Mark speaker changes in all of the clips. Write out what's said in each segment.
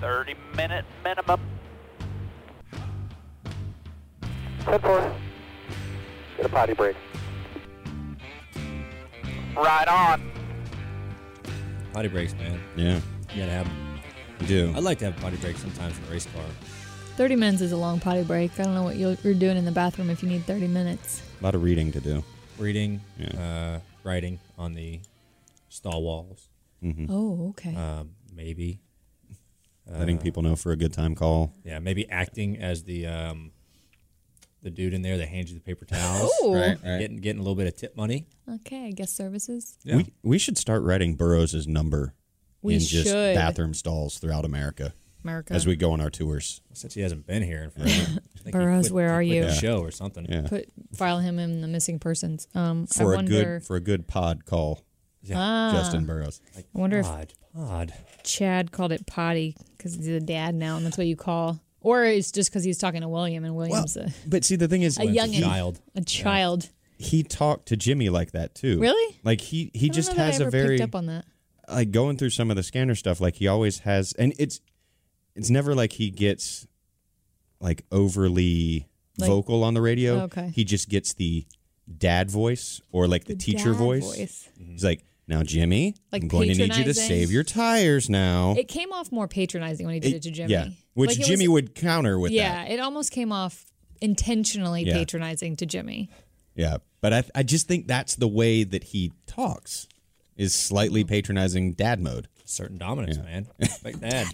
Speaker 1: 30 minute minimum.
Speaker 2: 10 4. Get a potty break.
Speaker 1: Right on.
Speaker 3: Potty breaks, man.
Speaker 4: Yeah,
Speaker 3: You gotta have 'em.
Speaker 4: you do.
Speaker 3: I'd like to have potty breaks sometimes in a race car.
Speaker 5: 30 minutes is a long potty break. I don't know what you'll- you're doing in the bathroom if you need 30 minutes.
Speaker 4: A lot of reading to do.
Speaker 3: Reading,
Speaker 4: Yeah.
Speaker 3: uh, writing on the stall walls,
Speaker 4: Mm-hmm.
Speaker 5: Oh, okay.
Speaker 4: Uh,
Speaker 3: um, maybe.
Speaker 4: Letting people know for a good time call.
Speaker 3: Yeah, maybe acting as the um, the dude in there that hands you the paper towels.
Speaker 5: Ooh.
Speaker 4: Right, right.
Speaker 3: Getting getting a little bit of tip money.
Speaker 5: Okay, guest services.
Speaker 3: Yeah.
Speaker 4: We we should start writing Burroughs' number
Speaker 5: We
Speaker 4: in just
Speaker 5: should.
Speaker 4: bathroom stalls throughout America
Speaker 5: America.
Speaker 4: as we go on our tours.
Speaker 3: Since he hasn't been here in forever. I think he
Speaker 5: Burroughs,
Speaker 3: quit-
Speaker 5: where
Speaker 3: he
Speaker 5: are
Speaker 3: quit
Speaker 5: you?
Speaker 3: the
Speaker 5: Yeah.
Speaker 3: Show or something.
Speaker 4: Yeah,
Speaker 5: put file him in the missing persons. Um,
Speaker 4: for
Speaker 5: I
Speaker 4: a
Speaker 5: wonder.
Speaker 4: good for a good pod call.
Speaker 3: Yeah.
Speaker 4: Justin Burroughs.
Speaker 5: Ah, I wonder if
Speaker 3: Pod, pod.
Speaker 5: Chad called it potty because he's a dad now, and that's what you call. Or it's just because he's talking to William, and William's a,
Speaker 4: But see, the thing is,
Speaker 5: a young
Speaker 3: child.
Speaker 5: a child.
Speaker 4: he talked to Jimmy like that too.
Speaker 5: Really?
Speaker 4: Like he he
Speaker 5: I don't
Speaker 4: just
Speaker 5: know that I
Speaker 4: has a
Speaker 5: ever
Speaker 4: very
Speaker 5: picked up on that.
Speaker 4: like going through some of the scanner stuff. Like he always has, and it's it's never like he gets like overly
Speaker 5: Like-
Speaker 4: vocal on the radio.
Speaker 5: Okay.
Speaker 4: he just gets the dad voice or like the, teacher
Speaker 5: dad
Speaker 4: voice. He's like, now Jimmy,
Speaker 5: Like
Speaker 4: I'm going to need you to
Speaker 5: patronizing.
Speaker 4: save your tires now.
Speaker 5: It came off more patronizing when he did it, to Jimmy.
Speaker 4: Yeah, which
Speaker 5: Like, it was-
Speaker 4: Jimmy would counter with that.
Speaker 5: Yeah, it almost came off intentionally
Speaker 4: Yeah.
Speaker 5: patronizing to Jimmy.
Speaker 4: Yeah, but I I just think that's the way that he talks is slightly
Speaker 5: Mm-hmm.
Speaker 4: patronizing dad mode.
Speaker 3: Certain dominance, man. Like that.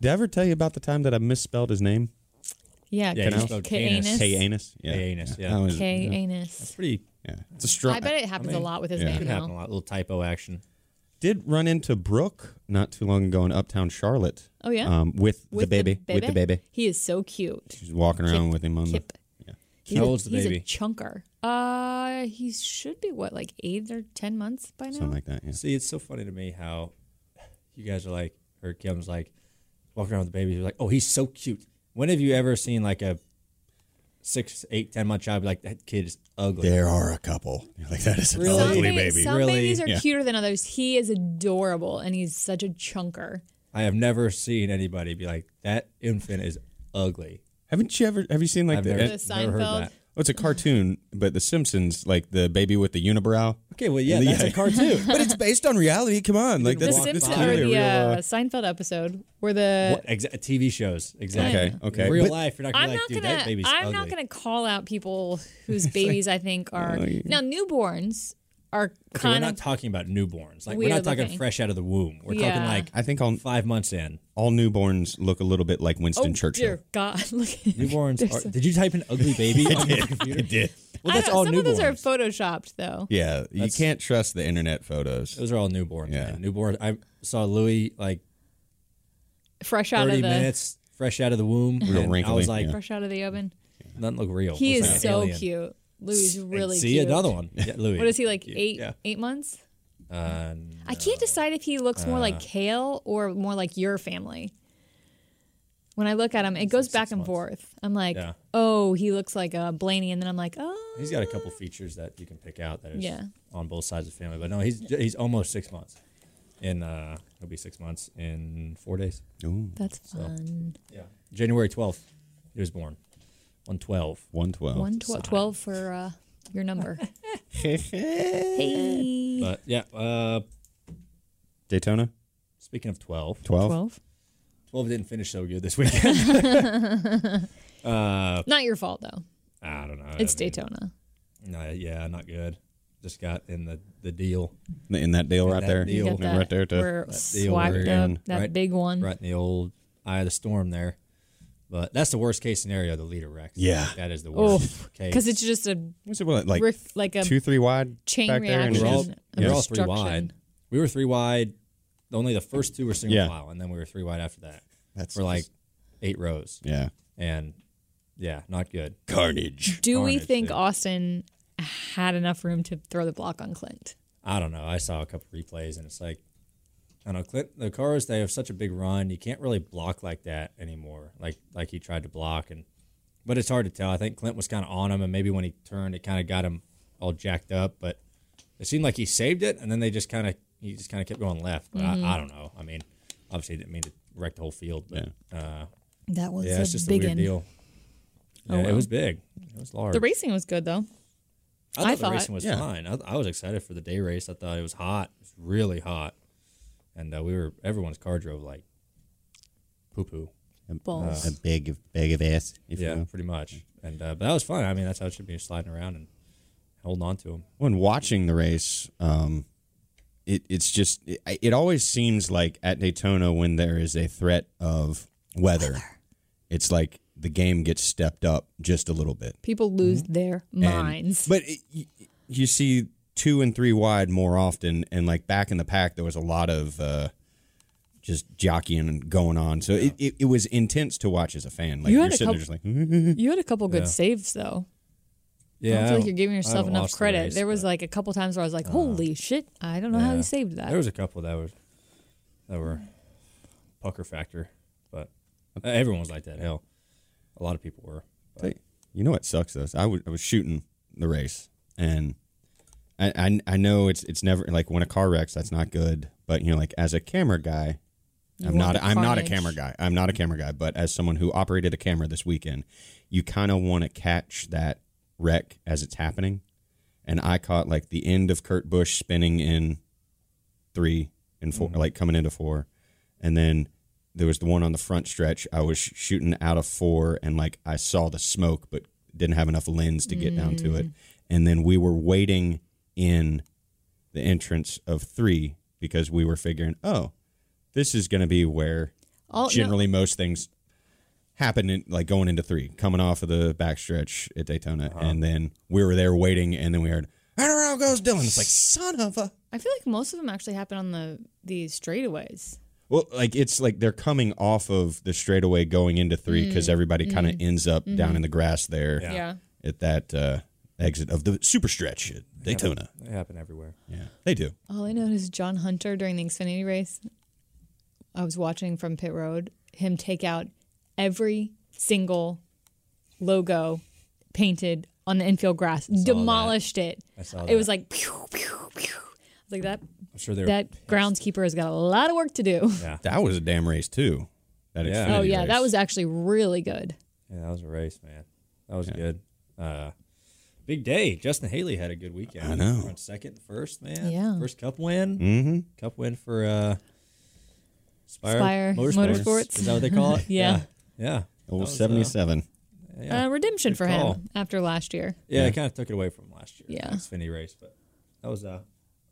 Speaker 4: Did I ever tell you about the time that I misspelled his name?
Speaker 5: Yeah,
Speaker 3: Yeah, you
Speaker 5: K-
Speaker 3: spelled
Speaker 5: K-
Speaker 3: anus.
Speaker 5: anus.
Speaker 4: K anus.
Speaker 3: K. Anus, yeah.
Speaker 4: That was-
Speaker 5: K anus.
Speaker 3: Pretty
Speaker 4: yeah. It's a strong.
Speaker 5: I bet it happens a lot with his
Speaker 4: yeah.
Speaker 5: name
Speaker 3: could happen a
Speaker 5: now.
Speaker 3: lot. Little typo action.
Speaker 4: did run into Brooke not too long ago in Uptown Charlotte.
Speaker 5: Oh, yeah?
Speaker 4: Um, with, the, baby, with the baby.
Speaker 5: He is so cute.
Speaker 4: She's walking around with him on
Speaker 5: Kip. He's
Speaker 3: How
Speaker 5: a-
Speaker 3: old's the
Speaker 5: he's
Speaker 3: baby?
Speaker 5: a chunker. Uh, he should be what, like eight or ten months by now.
Speaker 4: the something like that. Yeah.
Speaker 3: See, it's so funny to me how you guys are like, or Kim's like, walking around with the baby. You're like, oh, he's so cute. When have you ever seen like a six, eight, ten month child be like, that kid is ugly?
Speaker 4: There are a couple. You're like that is an
Speaker 3: Really?
Speaker 4: ugly
Speaker 5: ba-
Speaker 4: baby.
Speaker 5: some
Speaker 3: Really?
Speaker 5: babies are
Speaker 4: Yeah.
Speaker 5: cuter than others. He is adorable, and he's such a chunker.
Speaker 3: I have never seen anybody be like, that infant is ugly.
Speaker 4: Haven't you ever? Have you seen like
Speaker 3: I've
Speaker 4: the?
Speaker 3: never,
Speaker 4: eh,
Speaker 5: The
Speaker 3: never heard
Speaker 5: Seinfeld?
Speaker 3: that.
Speaker 4: oh, it's a cartoon, but The Simpsons, like the baby with the unibrow.
Speaker 3: Okay, well, yeah, that's a cartoon.
Speaker 4: but it's based on reality. Come on, like
Speaker 3: The
Speaker 5: The
Speaker 4: that's
Speaker 3: Walk
Speaker 5: Simpsons
Speaker 4: that's
Speaker 3: by.
Speaker 5: or
Speaker 4: clearly a
Speaker 5: the
Speaker 4: real,
Speaker 5: uh,
Speaker 4: uh,
Speaker 5: Seinfeld episode where the
Speaker 3: What, exa- TV shows, exactly.
Speaker 4: Okay, okay.
Speaker 3: In real
Speaker 4: But-
Speaker 3: life, you're not gonna
Speaker 5: I'm
Speaker 3: be
Speaker 5: not
Speaker 3: like, dude,
Speaker 5: gonna.
Speaker 3: that baby's
Speaker 5: I'm
Speaker 3: ugly.
Speaker 5: not gonna call out people whose babies I think are now newborns are
Speaker 3: So we're
Speaker 5: kind
Speaker 3: not
Speaker 5: of
Speaker 3: talking about newborns. Like we're
Speaker 5: weird
Speaker 3: not talking
Speaker 5: looking.
Speaker 3: fresh out of the womb. We're
Speaker 5: Yeah.
Speaker 3: talking like
Speaker 4: I think all
Speaker 3: five months in.
Speaker 4: all newborns look a little bit like Winston
Speaker 5: oh
Speaker 4: Churchill.
Speaker 5: dear God, look.
Speaker 3: Newborns. Are, did you type in ugly baby on your computer? I did. Well,
Speaker 5: I
Speaker 3: that's
Speaker 5: don't-
Speaker 3: all
Speaker 5: some
Speaker 3: newborns.
Speaker 5: of those are photoshopped though.
Speaker 4: Yeah, you can't trust the internet photos.
Speaker 3: Those are all newborns.
Speaker 4: Yeah.
Speaker 3: man. Newborns. I saw Louis like
Speaker 5: Fresh out of
Speaker 3: 30
Speaker 5: the
Speaker 3: minutes fresh out of the womb. and I
Speaker 4: wrinkly,
Speaker 3: was like,
Speaker 4: yeah.
Speaker 5: fresh out of the oven.
Speaker 3: nothing look real.
Speaker 5: He
Speaker 3: Looks
Speaker 5: is
Speaker 3: like an
Speaker 5: so
Speaker 3: alien.
Speaker 5: cute. Louis is really
Speaker 3: See
Speaker 5: cute.
Speaker 3: another one. Yeah, Louis.
Speaker 5: What is he like?
Speaker 3: Cute.
Speaker 5: Eight
Speaker 3: Yeah.
Speaker 5: eight months.
Speaker 3: Uh,
Speaker 5: I can't decide if he looks more like Kale or more like your family. When I look at him, it goes back and forth. I'm like,
Speaker 3: Yeah.
Speaker 5: oh, he looks like a Blaney, and then I'm like, oh,
Speaker 3: he's got a couple features that you can pick out that is
Speaker 5: Yeah.
Speaker 3: on both sides of the family. But no, he's he's almost six months. In uh, it'll be six months in four days.
Speaker 5: that's fun.
Speaker 3: Yeah. January 12th, he was born. On 12.
Speaker 4: One
Speaker 3: Oh,
Speaker 4: twelve.
Speaker 5: One tw- 12 for uh, your number. hey.
Speaker 3: But yeah, uh,
Speaker 4: Daytona.
Speaker 3: speaking of 12,
Speaker 4: Twelve.
Speaker 5: 12?
Speaker 3: 12 didn't finish so good this weekend.
Speaker 5: Not your fault, though.
Speaker 3: uh, I don't know.
Speaker 5: It's Daytona.
Speaker 3: No, yeah, not good. Just got in the, the deal,
Speaker 4: In that deal right
Speaker 3: that
Speaker 4: there.
Speaker 3: deal. You got
Speaker 4: Right there. To,
Speaker 5: we're
Speaker 3: the
Speaker 5: swiped up,
Speaker 3: Oregon,
Speaker 5: that
Speaker 3: right?
Speaker 5: big one.
Speaker 3: right in the old eye of the storm there. But that's the worst case scenario, the leader wrecks.
Speaker 4: Yeah.
Speaker 3: That is the worst
Speaker 5: Oh,
Speaker 3: case.
Speaker 5: because it's just a
Speaker 4: what's it what, like
Speaker 5: riff, like a
Speaker 4: two three wide
Speaker 5: chain
Speaker 4: back there, and it
Speaker 3: we were all,
Speaker 5: reaction.
Speaker 4: just-
Speaker 3: we were all three
Speaker 5: Obstruction.
Speaker 3: wide. We were three wide. Only the first two were single
Speaker 4: Yeah.
Speaker 3: file, and then we were three wide after that.
Speaker 4: That's
Speaker 3: for like
Speaker 4: just-
Speaker 3: eight rows.
Speaker 4: yeah.
Speaker 3: And yeah, not good.
Speaker 4: Carnage.
Speaker 5: Do we
Speaker 3: carnage,
Speaker 5: think
Speaker 3: dude.
Speaker 5: Austin had enough room to throw the block on Clint?
Speaker 3: I don't know. I saw a couple replays, and it's like, I don't know. Clint, the cars they have such a big run. You can't really block like that anymore. Like like he tried to block, and but it's hard to tell. I think Clint was kind of on him, and maybe when he turned, it kind of got him all jacked up. But it seemed
Speaker 5: Mm-hmm.
Speaker 3: like he saved it, and then they just kind of he just kind of kept going left. But I, I don't know. I mean, obviously he didn't mean to wrecked the whole field. But uh,
Speaker 5: That was
Speaker 3: yeah,
Speaker 5: a
Speaker 3: it's just a
Speaker 5: big
Speaker 3: weird
Speaker 5: one.
Speaker 3: deal.
Speaker 5: Oh,
Speaker 3: Yeah, It
Speaker 5: well.
Speaker 3: was big. It was large.
Speaker 5: The racing was good though.
Speaker 3: I thought
Speaker 5: I
Speaker 3: the
Speaker 5: thought-
Speaker 3: racing was
Speaker 4: Yeah.
Speaker 3: fine. I, I was excited for the day race. I thought it was hot. It was really hot, and uh, we were everyone's car drove like poo poo.
Speaker 5: Balls.
Speaker 4: A big, big of ass. If
Speaker 3: Yeah,
Speaker 4: You will.
Speaker 3: pretty much. And uh, but that was fun. I mean, that's how it should be sliding around and holding on to them.
Speaker 4: when watching the race, um, it it's just it, it always seems like at Daytona when there is a threat of weather, it's like the game gets stepped up just a little bit.
Speaker 3: Mm-hmm.
Speaker 5: People lose their
Speaker 4: And-
Speaker 5: minds.
Speaker 4: but it, you, you see two and three wide more often, and like back in the pack, there was a lot of uh, just jockeying going on. So it, it, it was intense to watch as a fan. Like
Speaker 5: You
Speaker 4: you
Speaker 5: had
Speaker 4: are
Speaker 5: a
Speaker 4: sitting there just
Speaker 5: couple-
Speaker 4: like,
Speaker 5: you had a couple good
Speaker 3: Yeah.
Speaker 5: saves though.
Speaker 3: Yeah,
Speaker 5: I don't feel like you're giving
Speaker 3: I
Speaker 5: yourself
Speaker 3: haven't
Speaker 5: enough
Speaker 3: watched the
Speaker 5: credit.
Speaker 3: race,
Speaker 5: there was
Speaker 3: but uh,
Speaker 5: like a couple times where I was like, "Holy shit! I don't know how
Speaker 3: yeah.
Speaker 5: he saved that."
Speaker 3: there was a couple that was that were pucker factor, but uh, everyone was like that. Hell, a lot of people were. But
Speaker 4: Hey, you know what sucks though? is I was- I was shooting the race, and I, I I know it's it's never like when a car wrecks, that's not good. But you know, like as a camera guy,
Speaker 5: You
Speaker 4: I'm not
Speaker 5: want the
Speaker 4: I'm not a
Speaker 5: carnage.
Speaker 4: camera guy. I'm not a camera guy. But as someone who operated a camera this weekend, you kind of want to catch that wreck as it's happening. And I caught like the end of Kurt Busch spinning in three and 4 like coming into four, and then there was the one on the front stretch. I was sh- shooting out of four, and like I saw the smoke, but didn't have enough lens to get down to it. And then we were waiting in the entrance of three because we were figuring, oh, this is going to be where
Speaker 5: All- Oh, no.
Speaker 4: generally most things happen, in, like going into three, coming off of the backstretch at Daytona, and then we were there waiting, and then we heard, and around goes Dylan. It's like son of a.
Speaker 5: I feel like most of them actually happen on the the straightaways.
Speaker 4: Well, like it's like they're coming off of the straightaway going into three
Speaker 5: Mm,
Speaker 4: because everybody kind of ends up
Speaker 5: mm-hmm.
Speaker 4: down in the grass there
Speaker 5: Yeah.
Speaker 4: at that uh, exit of the super stretch at Daytona.
Speaker 3: It happened everywhere.
Speaker 4: Yeah, they do.
Speaker 5: All I noticed John Hunter during the Xfinity race. I was watching from pit road him take out every single logo painted on the infield grass, demolished it. I
Speaker 3: saw
Speaker 5: It
Speaker 3: that.
Speaker 5: was like pew pew pew. I was like that
Speaker 3: I'm sure they were.
Speaker 5: that groundskeeper has got a lot of work to do.
Speaker 4: That was a damn race too. That
Speaker 3: Yeah.
Speaker 4: Xfinity
Speaker 5: Oh yeah, that
Speaker 4: race.
Speaker 5: was actually really good.
Speaker 3: yeah, that was a race, man. That was good. Uh, big day. Justin Haley had a good weekend.
Speaker 4: I know.
Speaker 3: Run second, first, man.
Speaker 5: Yeah.
Speaker 3: First cup win.
Speaker 4: Mhm.
Speaker 3: Cup win for uh, Spire,
Speaker 5: Spire Motorsports.
Speaker 3: Is that what they call it?
Speaker 5: Yeah.
Speaker 3: Yeah. That
Speaker 4: Oh,
Speaker 3: was, uh,
Speaker 4: 77.
Speaker 3: Yeah.
Speaker 5: Uh, redemption
Speaker 3: Good
Speaker 5: for
Speaker 3: call.
Speaker 5: him after last year.
Speaker 3: Yeah, it kind of took it away from last year.
Speaker 5: Yeah.
Speaker 3: the Xfinity race, but that was uh,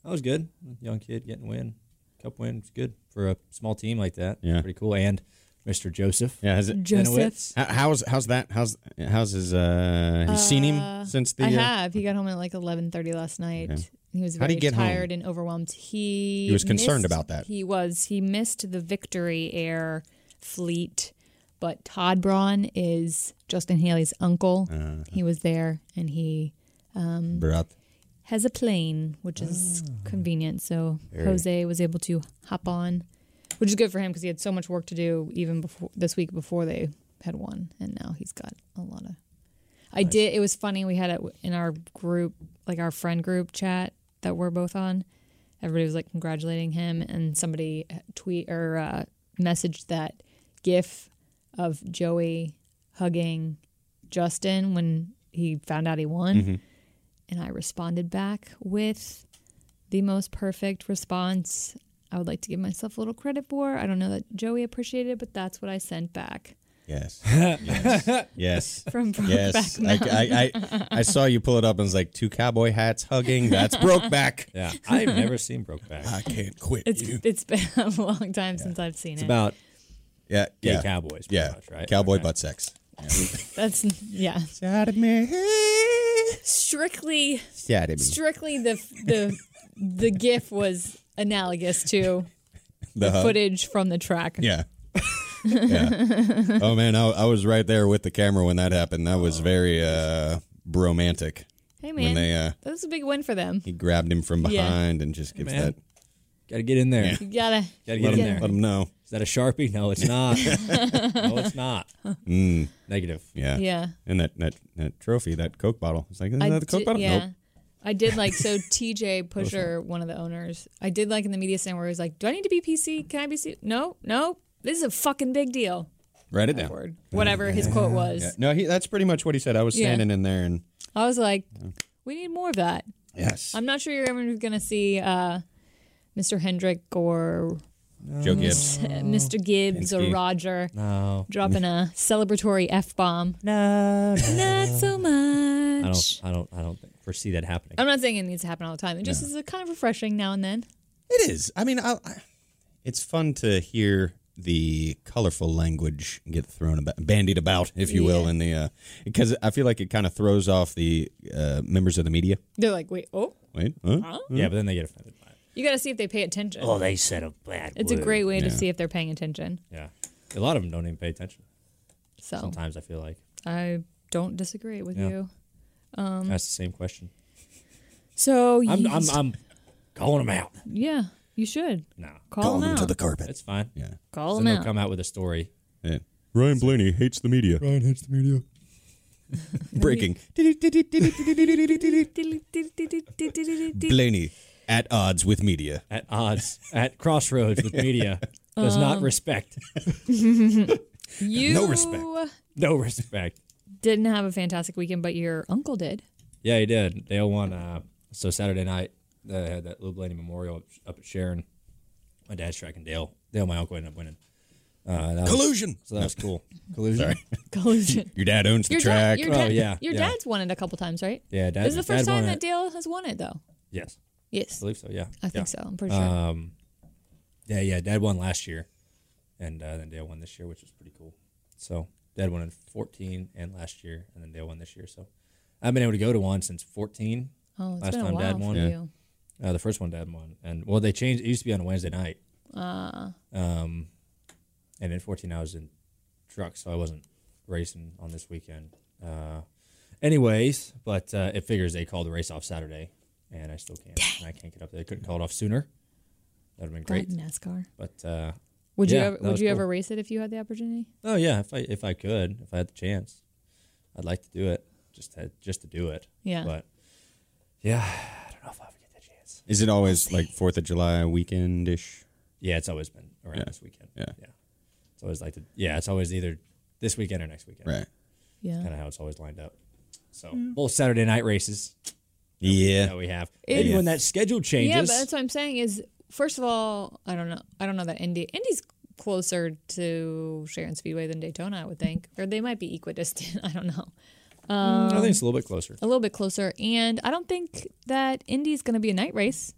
Speaker 3: that was good. Young kid getting a win, cup win, it's good for a small team like that.
Speaker 4: Yeah.
Speaker 3: pretty cool. And Mr. Joseph,
Speaker 4: yeah, has it?
Speaker 5: Joseph.
Speaker 4: How- How's how's that? How's how's his? Uh, have you seen him since the?
Speaker 5: I
Speaker 4: uh,
Speaker 5: have. He got home at like eleven thirty last night.
Speaker 4: Okay.
Speaker 5: He was
Speaker 4: How'd
Speaker 5: very
Speaker 4: he get home?
Speaker 5: tired and overwhelmed. He
Speaker 4: He was concerned
Speaker 5: missed-
Speaker 4: about that.
Speaker 5: He was. He missed the Victory Air fleet, but Todd Braun is Justin Haley's uncle.
Speaker 4: Uh-huh.
Speaker 5: He was there, and he
Speaker 4: Bruh.
Speaker 5: has a plane, which is convenient. So Jose was able to hop on, which is good for him because he had so much work to do even before this week before they had won, and now he's got a lot of. I did. It was funny. We had it in our group, like our friend group chat that we're both on. Everybody was like congratulating him, and somebody tweet or uh, messaged that gif of Joey hugging Justin when he found out he won. And I responded back with the most perfect response I would like to give myself a little credit for. I don't know that Joey appreciated it, but that's what I sent back
Speaker 4: Yes. yes. Yes.
Speaker 5: from Brokeback
Speaker 4: Yes, I,
Speaker 5: Mountain.
Speaker 4: I, I, I saw you pull it up and was like, two cowboy hats hugging. That's Brokeback.
Speaker 3: yeah, I've never seen Brokeback. It's
Speaker 4: can't quit
Speaker 5: It's, it's been a long time since I've seen it.
Speaker 3: about
Speaker 4: Yeah,
Speaker 3: gay
Speaker 4: yeah,
Speaker 3: cowboys, pretty
Speaker 4: yeah.
Speaker 3: much, right?
Speaker 4: Cowboy
Speaker 3: Okay.
Speaker 4: butt sex.
Speaker 5: That's yeah,
Speaker 4: Side of me,
Speaker 5: strictly
Speaker 4: side of me.
Speaker 5: strictly the the the gif was analogous to
Speaker 4: The hug.
Speaker 5: footage from the track.
Speaker 4: Yeah. yeah. Oh man, I, I was right there with the camera when that happened. That was very uh, bromantic.
Speaker 5: Hey
Speaker 4: When
Speaker 5: man,
Speaker 4: they uh,
Speaker 5: that was a big win for them.
Speaker 4: he grabbed him from
Speaker 5: Yeah.
Speaker 4: behind and just gives
Speaker 3: man.
Speaker 4: that.
Speaker 3: Got to get in there.
Speaker 5: You gotta
Speaker 3: Got to
Speaker 4: Let
Speaker 3: get in
Speaker 4: him,
Speaker 5: Yeah.
Speaker 3: there.
Speaker 4: let him know.
Speaker 3: Is that a sharpie? No, it's not. no, it's not.
Speaker 4: Mm.
Speaker 3: Negative.
Speaker 4: Yeah.
Speaker 5: yeah.
Speaker 4: And that, that that trophy, that Coke bottle. It's like, is that the Coke
Speaker 5: did-
Speaker 4: bottle?
Speaker 5: Yeah.
Speaker 4: Nope.
Speaker 5: I did like so TJ Pusher, one of the owners. I did like in the media center where he was like, "Do I need to be PC? Can I be C? No, no, This is a fucking big deal.
Speaker 4: Write it down.
Speaker 5: Word. Whatever his quote was.
Speaker 4: Yeah. No, he, that's pretty much what he said. I was
Speaker 5: Yeah.
Speaker 4: standing in there and
Speaker 5: I was like, we need more of that.
Speaker 4: yes,
Speaker 5: I'm not sure you're ever going to see uh, Mr. Hendrick or
Speaker 4: Joe Gibbs.
Speaker 5: uh, Mr. Gibbs or
Speaker 4: Pinsky.
Speaker 5: Roger
Speaker 3: No.
Speaker 5: dropping a celebratory f bomb.
Speaker 3: No.
Speaker 5: Not so
Speaker 3: I don't.
Speaker 5: much.
Speaker 3: I don't. I don't think, foresee that happening.
Speaker 5: I'm not saying it needs to happen all the time. It just is a kind of refreshing now and then.
Speaker 4: It is. I mean, I, I, it's fun to hear the colorful language get thrown about, bandied about, if you will, in the uh, because I feel like it kind of throws off the uh, members of the media.
Speaker 5: They're like, wait, oh,
Speaker 4: Wait, huh?
Speaker 3: Yeah, but then they get offended by it.
Speaker 5: you got to see if they pay attention.
Speaker 3: Oh, they said a bad.
Speaker 5: it's a great way to see if they're paying attention.
Speaker 3: Yeah, a lot of them don't even pay attention.
Speaker 5: So
Speaker 3: Sometimes I feel like
Speaker 5: I don't disagree with
Speaker 3: Yeah.
Speaker 5: you.
Speaker 3: that's the same question.
Speaker 5: So
Speaker 3: I'm.
Speaker 5: you,
Speaker 3: I'm. I'm calling them out.
Speaker 5: yeah, you should
Speaker 3: No,
Speaker 5: call,
Speaker 4: Call
Speaker 5: them
Speaker 4: them
Speaker 5: out.
Speaker 4: to the carpet.
Speaker 3: it's fine.
Speaker 4: Yeah.
Speaker 3: Then
Speaker 5: call them
Speaker 3: they'll
Speaker 5: out.
Speaker 3: come out with a story.
Speaker 4: Yeah. Ryan Blaney hates the media.
Speaker 3: Brian hates the media.
Speaker 4: Breaking. Blaney at odds with media.
Speaker 3: At odds, at crossroads with media, does not respect.
Speaker 5: You
Speaker 4: No respect.
Speaker 3: No respect.
Speaker 5: didn't have a fantastic weekend, but your uncle did.
Speaker 3: Yeah, he did. Dale won. Uh, so Saturday night, they had that Lou Blaney Memorial up, up at Sharon. My dad's tracking Dale. Dale, my uncle, ended up winning. Uh, that was-
Speaker 4: Collusion.
Speaker 3: so that was cool. Collusion.
Speaker 5: Collusion.
Speaker 4: Your dad owns the
Speaker 5: Your
Speaker 4: track.
Speaker 5: dad, your,
Speaker 3: Oh,
Speaker 5: dad,
Speaker 3: yeah,
Speaker 5: your
Speaker 3: yeah.
Speaker 5: dad's won it a couple times, right?
Speaker 3: Yeah, dad.
Speaker 5: this is the first
Speaker 3: dad won
Speaker 5: time
Speaker 3: it.
Speaker 5: that Dale has won it, though.
Speaker 3: Yes, I
Speaker 5: Yes,
Speaker 3: believe so. Yeah,
Speaker 5: I think
Speaker 3: yeah.
Speaker 5: so. I'm pretty sure.
Speaker 3: Um, yeah, yeah. Dad won last year, and uh, then Dale won this year, which was pretty cool. So Dad won in fourteen and last year, and then Dale won this year. So I've been able to go to one since fourteen.
Speaker 5: oh, it's
Speaker 3: last
Speaker 5: been a
Speaker 3: time
Speaker 5: while
Speaker 3: Dad
Speaker 5: for
Speaker 3: won.
Speaker 5: you.
Speaker 3: Yeah. Uh, the first one Dad won, and well, they changed. It used to be on a Wednesday night.
Speaker 5: Ah.
Speaker 3: Um, and in fourteen, I was in trucks, so I wasn't racing on this weekend. Uh, anyways, but uh, it figures they called the race off Saturday, and I still can't. And I can't get up there. They couldn't call it off sooner. That'd have been great.
Speaker 5: God, NASCAR.
Speaker 3: But uh,
Speaker 5: Would
Speaker 3: Yeah,
Speaker 5: you ever,
Speaker 3: that
Speaker 5: would
Speaker 3: was
Speaker 5: you
Speaker 3: cool.
Speaker 5: ever race it if you had the opportunity?
Speaker 3: oh yeah, if I if I could, if I had the chance, I'd like to do it. Just to, just to do it.
Speaker 5: Yeah.
Speaker 3: But yeah, I don't know if I ever get the chance.
Speaker 4: Is it always like 4th of July weekend ish?
Speaker 3: Yeah, it's always been around
Speaker 4: Yeah.
Speaker 3: this weekend.
Speaker 4: Yeah.
Speaker 3: Yeah. It's always like the yeah. It's always either this weekend or next weekend.
Speaker 4: Right.
Speaker 5: Yeah.
Speaker 3: Kind of how it's always lined up. So
Speaker 5: Mm.
Speaker 3: both Saturday night races
Speaker 4: Yeah.
Speaker 3: that we have.
Speaker 5: It-
Speaker 3: Maybe when that schedule changes.
Speaker 5: Yeah, but that's what I'm saying is first of all, I don't know. I don't know that Indy Indy's closer to Sharon Speedway than Daytona, I would think, or they might be equidistant. I don't know.
Speaker 3: I think it's a little bit closer.
Speaker 5: A little bit closer, and I don't think that Indy's going to be a night race.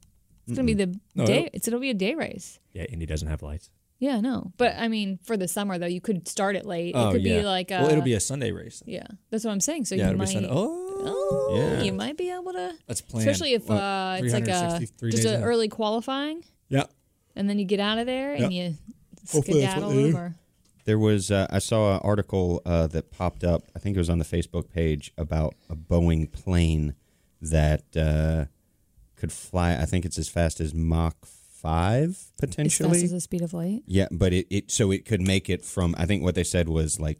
Speaker 5: It's going to be the
Speaker 3: No,
Speaker 5: day.
Speaker 3: it'll-
Speaker 5: It's it'll be a day race.
Speaker 3: Yeah, Indy doesn't have lights.
Speaker 5: Yeah, no. But I mean, for the summer though, you could start it late. it could be like a,
Speaker 3: Oh, well, it'll be a Sunday race.
Speaker 5: yeah. That's what I'm saying. So
Speaker 3: Yeah,
Speaker 5: you
Speaker 3: it'll
Speaker 5: might
Speaker 3: be Sunday. Oh,
Speaker 5: Oh,
Speaker 4: Yeah.
Speaker 5: you might be able to.
Speaker 3: That's planned.
Speaker 5: Especially if
Speaker 3: What,
Speaker 5: uh, it's like a
Speaker 3: 363
Speaker 5: just
Speaker 3: days
Speaker 5: an
Speaker 3: out?
Speaker 5: early qualifying.
Speaker 3: Yeah.
Speaker 5: and then you get out of there and you skedaddle over.
Speaker 4: There was, uh, I saw an article uh, that popped up, I think it was on the Facebook page, about a Boeing plane that uh, could fly, I think it's as fast as Mach 5
Speaker 5: As fast
Speaker 4: potentially.
Speaker 5: as the speed of light.
Speaker 4: Yeah, but it, it so it could make it from I think what they said was like